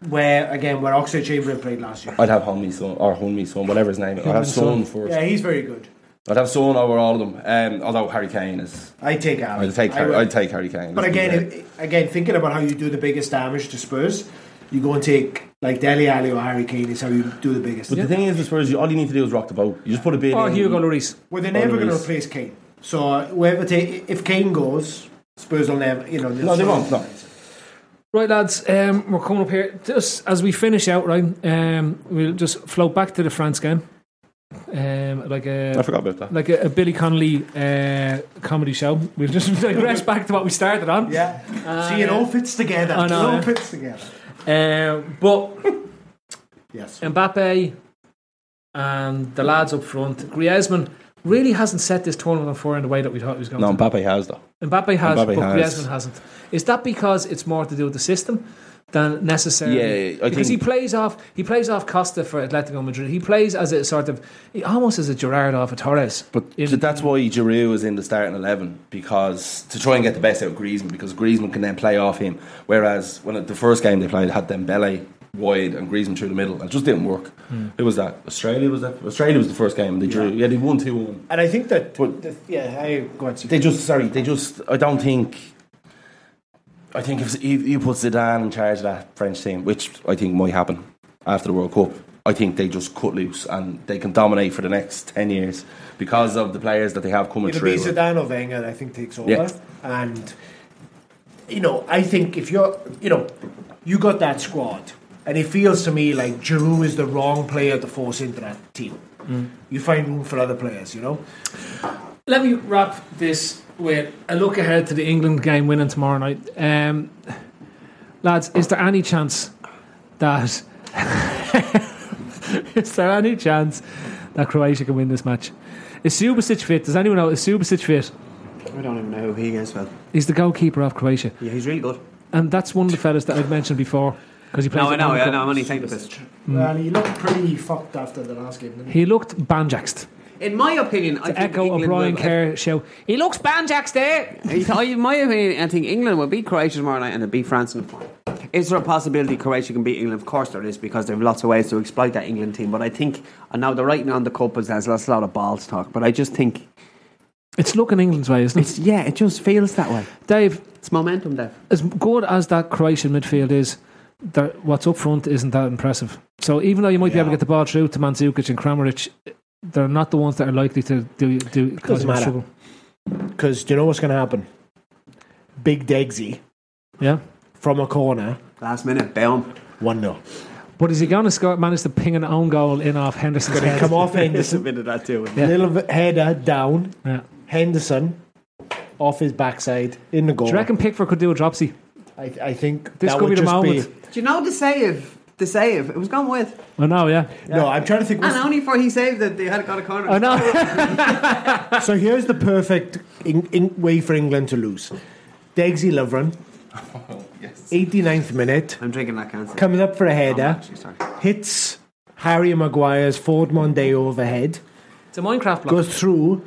G: where again where Oxford Chamberlain played last year.
I: I'd have Honmi son or Honmi son, whatever his name is. I'd have son first.
G: Yeah, he's very good.
I: I'd have son over all of them. Um, although Harry Kane is.
G: I take Ali.
I: I'd take.
G: I
I: Harry,
G: would.
I: I'd take Harry Kane.
G: But
I: Let's be
G: again,
I: fair.
G: if, again, thinking about how you do the biggest damage to Spurs, you go and take like Deli Ali or Harry Kane is how you do the biggest.
I: But the thing is, with Spurs, you, all you need to do is rock the boat. You just put a bid in.
F: Lloris.
G: Well, they're never
I: Or
G: going to
I: Lloris.
G: replace Kane. So uh, whoever take if Kane goes, Spurs will never. You know,
I: No, they won't. No.
F: Right, lads, um, we're coming up here. Just as we finish out, right, um, we'll just float back to the France game. Um, like a,
I: I forgot about that.
F: Like a, a Billy Connolly uh, comedy show. We've just digressed back to what we started on. Uh,
G: Yeah. See, it all fits together.
F: I know,
G: it all
F: yeah.
G: fits together.
F: Um, but Um,
G: yes,
F: Mbappe and the lads up front, Griezmann really hasn't set this tournament on fire in the way that we thought he was going
I: No,
F: to.
I: Mbappe has though.
F: Mbappe has,
I: Mbappe
F: but
I: has.
F: Griezmann hasn't. Is that because it's more to do with the system than necessarily?
I: Yeah, I
F: because he
I: think-
F: plays off he plays off Costa for Atletico Madrid. He plays as a sort of he almost as a Gerard off a Torres.
I: But that's why Giroud is in the starting eleven because to try and get the best out of Griezmann because Griezmann can then play off him. Whereas when it- the first game they played had Dembele wide and Griezmann through the middle, it just didn't work. Who was that? Australia was that? Australia was the first game they drew. Yeah, they won two one.
G: And I think that. the- yeah, I go on.
I: They just sorry. They just. I don't think. I think if you, you put Zidane in charge of that French team, which I think might happen after the World Cup, I think they just cut loose and they can dominate for the next ten years because of the players that they have coming
G: It'll
I: through.
G: be Zidane or Wenger, I think, takes over.
I: Yeah.
G: And, you know, I think if you're, you know, you got that squad, and it feels to me like Giroud is the wrong player to force into that team. You find room for other players, you know?
F: Let me wrap this with a look ahead to the England game winning tomorrow night. Um, lads, is there any chance that is there any chance that Croatia can win this match? Is Subasic fit? Does anyone know? Is Subasic fit?
H: I don't even know who he is, well.
F: He's the goalkeeper of Croatia.
H: Yeah, he's really good.
F: And that's one of the fellas that I'd mentioned before because he plays.
H: No, I
F: at
H: know, I
F: Monaco.
H: know, I'm only taking the piss.
G: Well, he looked pretty fucked after the last game, didn't
F: He looked banjaxed.
H: In my opinion, I think
F: Echo
H: England
F: O'Brien
H: will-
F: Kerr show. He looks banjaxed eh?" there.
H: In my opinion, I think England will beat Croatia tomorrow night and they'll beat France in the final. Is there a possibility Croatia can beat England? Of course there is, because they have lots of ways to exploit that England team. But I think, and now they're writing on the cup as there's lots- a lot of balls talk, but I just think.
F: It's looking England's way, isn't it?
H: It's, yeah, it just feels that way.
F: Dave.
H: It's momentum, Dave.
F: As good as that Croatian midfield is, there- what's up front isn't that impressive. So even though you might be able to get the ball through to Mandzukic and Kramaric, they're not the ones that are likely to do do cause
G: Doesn't
F: much
G: matter.
F: trouble.
G: Because do you know what's going to happen? Big Degsy
F: Yeah.
G: from a corner.
H: Last minute, boom.
G: 1 0.
F: But is he going to score, manage to ping an own goal in off Henderson's
G: Going to
F: head?
G: come off
H: There's a
G: Henderson.
H: bit of that too.
F: Yeah.
G: Little v- header down.
F: Yeah.
G: Henderson off his backside in the goal.
F: Do you reckon Pickford could do a dropsy?
G: I, I think
F: This
G: that
F: could
G: would
F: be the
G: just
F: moment.
H: Do you know the save? The save. It was gone with.
F: I know, yeah.
G: No, I'm trying to think.
H: And only for he saved it, they had got a corner.
F: I know.
G: so here's the perfect in, in way for England to lose. Degsy Lovren, 89th minute,
H: I'm drinking that cancer.
G: comes up for a
F: Oh,
G: header,
H: Actually, sorry.
G: hits Harry Maguire's Ford Monday overhead,
F: It's a Minecraft block.
G: goes through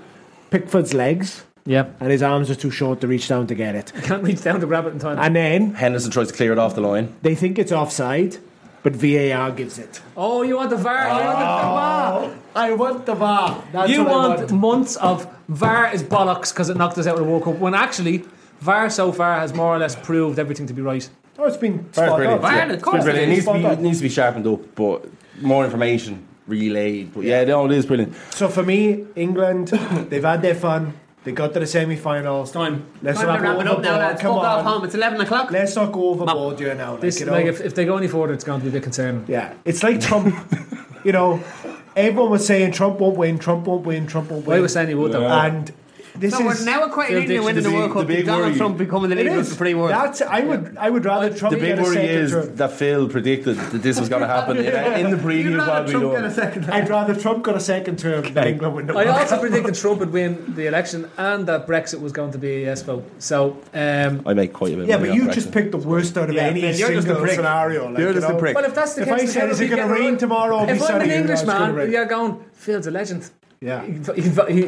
G: Pickford's legs,
F: Yeah.
G: and his arms are too short to reach down to get it.
F: Can't reach down to grab it in time.
G: And then
I: Henderson tries to clear it off the line.
G: they think it's offside. but VAR gives it.
F: Oh, you want the VAR? You want the VAR?
G: I want the VAR. Ah. That's
F: you
G: what I
F: want, months of VAR is bollocks because it knocked us out of the World Cup. When actually, VAR so far has more or less proved everything to be right.
G: Oh, it's been
I: Very
G: spot
I: brilliant.
G: on.
I: yeah.
H: Ireland, of
I: It's
H: course
I: been brilliant. It needs, to be,
G: Spot
I: it
G: on.
I: needs to be sharpened up, but more information relayed. But yeah, no, it is brilliant.
G: So for me, England, they've had their fun. They got to the semi-finals.
H: Time.
G: Let's
H: Time
G: not
H: to
G: go
H: wrap it up now,
G: overboard.
H: lads.
G: Come
H: Fuck off
G: on.
H: home. It's 11 o'clock.
G: Let's not go overboard here now. Like,
F: This,
G: you know?
F: like if, if they go any further, it's going to be a bit concerning.
G: yeah, it's like Trump. you know, everyone was saying Trump won't win, Trump won't win, Trump won't win.
F: I was saying he would, though.
G: And this
H: so
G: is
H: we're now equating
F: Phil
H: England
I: Dixon,
H: winning the
I: the
H: World
I: big-
H: Cup
I: the
H: to
I: big
H: Donald
I: worry.
H: Trump becoming the
G: it
H: leader of the
G: is.
H: free world.
G: That's I would I would rather Trump
I: The big
G: get a
I: worry
G: second
I: is
G: term.
I: that Phil predicted that this was going to happen in the preview while we
H: Trump
I: were
H: get a second.
G: I'd rather Trump got a second term than England win the
F: I
G: World
F: also
G: Cup.
F: predicted Trump would win the election and that Brexit was going to be a yes vote. So, um,
I: I make quite a bit. of
G: Yeah,
I: money
G: but
I: on
G: you
I: Brexit.
G: just picked the worst out of
H: Yeah,
G: any
H: Phil, you're just a
G: single
H: prick.
G: scenario. Like,
I: You're
G: you
I: just a
G: know?
I: prick.
F: well, if that's the
G: If
F: case,
G: I
F: then
G: said,
F: it'll
G: is it
F: be
G: going to
F: getting
G: rain
F: right.
G: tomorrow? I'll be
F: If I'm
G: sunny.
F: an
G: No, it's gonna
F: Englishman,
G: rain.
F: you're going, Phil's a legend.
G: Yeah.
F: He, he, he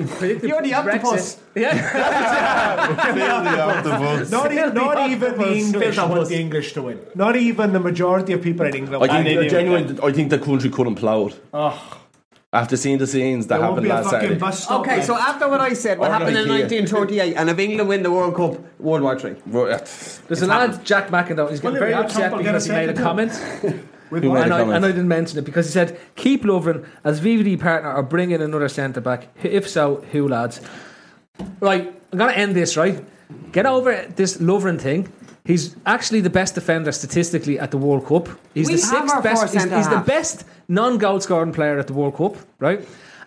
F: predicted
H: You're the octopus.
F: Brexit. Yeah.
G: Not, e- not even the
F: octopus.
G: English
F: Phil
G: want
F: Douglas.
G: the English to win. Not even the majority of people in England.
I: I think
G: want
I: they
G: the
I: genuine. I think the country could implode after seeing the scenes that
G: There
I: happened
G: won't be a
I: last Saturday.
G: fucking bus stop.
H: Okay,
G: left.
H: so after what I said, what
I: Or
H: happened in
I: Ikea.
H: 1938, and if England win the World Cup, World War Three.
I: Right,
F: There's a lad, Jack McIndoe, he's getting
G: Well,
F: very
G: yeah, Trump
F: upset
G: will get
F: because
G: a
F: he made a
G: second.
F: comment.
I: Who made
F: and,
I: the
F: I, and I
I: comment?
F: didn't mention it because he said, keep Lovren as VVD partner or bring in another centre back. If so, who, lads? Right, I'm going to end this, right? Get over this Lovren thing. He's actually the best defender statistically at the World Cup. He's
D: have
H: We
F: the sixth
H: our four
F: best. He's, he's the
H: centre-halves.
F: best non goal scoring player at the World Cup, right?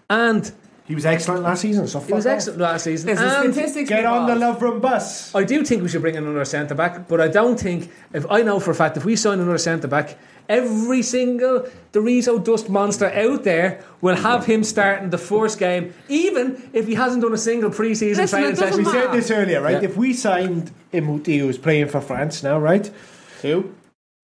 F: And
G: he was excellent last season.
H: Oh,
G: So
F: he was excellent last season. And
G: Get on the Lovren bus.
F: I do think we should bring in another centre back, but I don't think if I know for a fact if we sign another centre back, every single Dorito dust monster out there will have him starting the first game, even if he hasn't done a single pre-season
H: Listen,
F: training
H: it doesn't
G: We
F: session.
G: said
H: matter.
G: this earlier, right? If we signed Imuti, who's playing for France now, right? Who?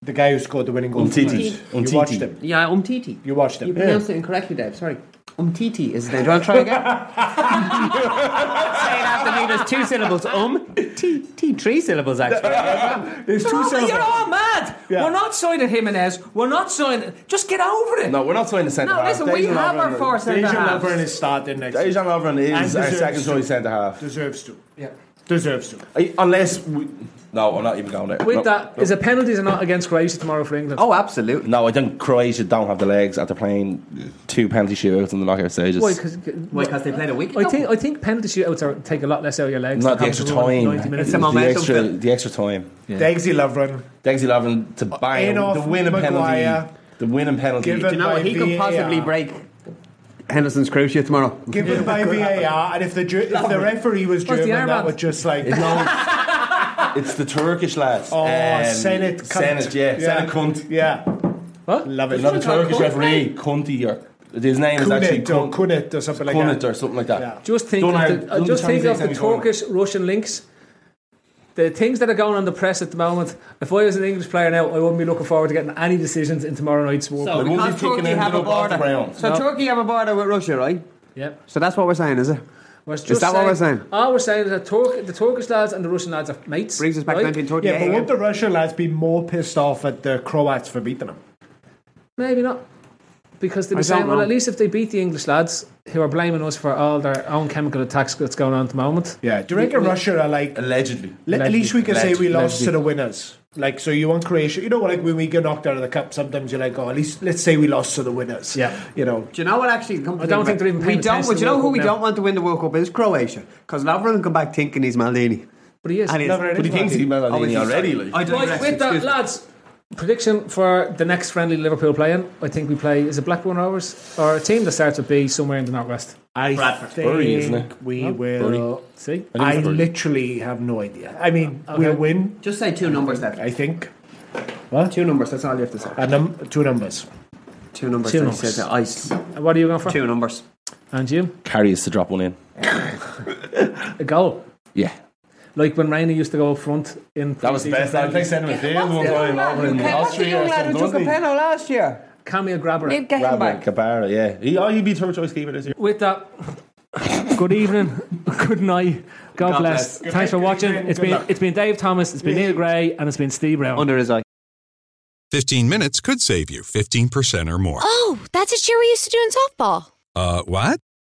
G: The guy who scored the winning goal. for
I: Umtiti. Umtiti.
G: France. You watched him.
H: Yeah, Umtiti.
G: You watched
H: You
G: him.
H: pronounced it incorrectly, Dave. Sorry. Umtiti is the name. Do you want to try again? Say it after me. There's two syllables. Um, T, T, three syllables actually.
G: There's two syllables.
F: You're all mad.
G: Yeah.
F: We're not signing Jimenez. We're not signing. Just get over it.
I: No, we're not signing the centre
H: No,
I: half.
H: listen, we
I: Dejan
H: have our
I: Lovren-
H: four centre
G: Dejan
H: halves.
G: Lovren is starting next. season.
I: Dejan Lovren is
G: And
I: our
G: deserves
I: second
G: to.
I: choice centre half,
G: Deserves to. Yeah. Deserves to.
I: I- unless we, no, I'm not even going there.
F: With
I: no,
F: that,
I: no.
F: is a penalties or not against Croatia tomorrow for England?
H: Oh, absolutely.
I: No, I think Croatia don't have the legs after playing two penalty shootouts in the knockout stages.
F: Why? 'Cause-
H: Why? Because they played a week
F: I
H: ago.
F: think I think penalty shootouts are, take a lot less out of your legs.
I: not the
F: than
I: extra
F: having to run
I: time.
F: 90 minutes.
H: It's a momentum
I: the extra,
H: thing.
I: the extra time.
G: Degsy Lovren.
I: Dexy Lovren to bang
G: in off
I: the winning
G: Maguire.
I: penalty. The winning penalty.
G: Give it-
H: You know what? He could
G: By
H: possibly
G: VAR.
H: break Henderson's cruciate tomorrow.
G: Given by VAR, and if the ju- if the referee was
F: What's the
G: German, that
F: armband?
G: would just like
I: It's the Turkish lads.
G: oh,
I: Um,
G: Senate, cunt.
I: Senate, yeah, Senate cunt.
G: yeah.
F: What?
G: Love it.
I: There's not a Turkish referee, Cunty, or his name is actually
G: Kunet or
I: Cunt,
G: Kunet or something like
I: Cunnit
G: that.
I: or something like that.
G: Yeah.
F: Just think,
I: Don't
F: of
I: Ireland-
F: the, uh,
I: don't
F: just
I: the
F: think of
I: Chinese have
F: the
I: any
F: Turkish Russian links. The things that are going on in the press at the moment. If I was an English player now, I wouldn't be looking forward to getting any decisions in tomorrow night's World Cup.
H: So
I: They won't be
H: because
I: kicking
H: Turkey
I: anything
H: have a
I: up off the
H: border,
I: ground.
H: so Turkey have a border with Russia, right?
F: Yep.
H: So that's what we're saying, is it?
F: We're just
H: Is that what we're saying?
F: All we're saying is that Turk, the Turkish lads and the Russian lads are mates.
H: Brings us back
F: right?
H: to 1938.
G: Yeah, but would the Russian lads be more pissed off at the Croats for beating them?
F: Maybe not. Because they'd
H: I
F: be saying,
H: don't
F: well,
H: know.
F: at least if they beat the English lads, who are blaming us for all their own chemical attacks that's going on at the moment.
G: Yeah, do you reckon Russia are like?
I: Allegedly.
G: le- at least we can say we
I: Allegedly.
G: lost to the winners. Like, so you want Croatia? You know, like when we get knocked out of the cup, sometimes you're like, oh, at least let's say we lost to the winners.
F: Yeah.
G: you know.
H: Do you know what actually? come to
F: I don't
H: of
F: think
H: it,
F: they're even
H: We
F: paying
H: don't.
F: attention
H: Do
F: to
H: you
F: the
H: know
F: World
H: who
F: Cup
H: we
F: now.
H: don't want to win the World Cup is Croatia because Lovren will come back thinking he's Maldini.
F: But he is.
H: And he's
G: Lovren
I: But he thinks he's Melanie already. Like.
H: I
F: Right,
H: digress,
F: with that,
H: excuse me.
F: lads. Prediction for the next friendly Liverpool playing. I think we play is it Blackburn Rovers or a team that starts with B somewhere in the northwest.
G: I
H: Bradford.
G: think
I: Bury, isn't it?
G: we
I: Bury.
G: will.
F: See,
I: I think
G: I
I: it's Bury.
G: literally have no idea. I mean, we'll win.
H: Just say two numbers left.
G: I think
H: Two numbers. That's all you have to say.
G: a num- two numbers.
H: Two numbers.
F: Two
H: Two
F: numbers.
H: numbers. Ice.
F: what are you going for?
H: Two numbers.
F: And you
I: Carries to drop one in.
F: a goal.
I: Yeah.
F: Like when Rainey used to go up front in
I: That was the best. I played centre midfield one time over in Austria or something, wasn't he?
H: last year?
F: Camille Grabber.
H: get him
I: Rabbi Kabara, yeah. He, oh, he'd be third choice keeper this year.
F: With that, good evening, good night, God,
H: God
F: bless.
H: bless.
F: Thanks for watching. It's been it's been Dave Thomas, it's been Neil Gray, and it's been Steve Brown.
H: Under his eye.
I: 15 minutes could save you 15% or more.
G: Oh, that's a cheer we used to do in softball.
I: Uh, what?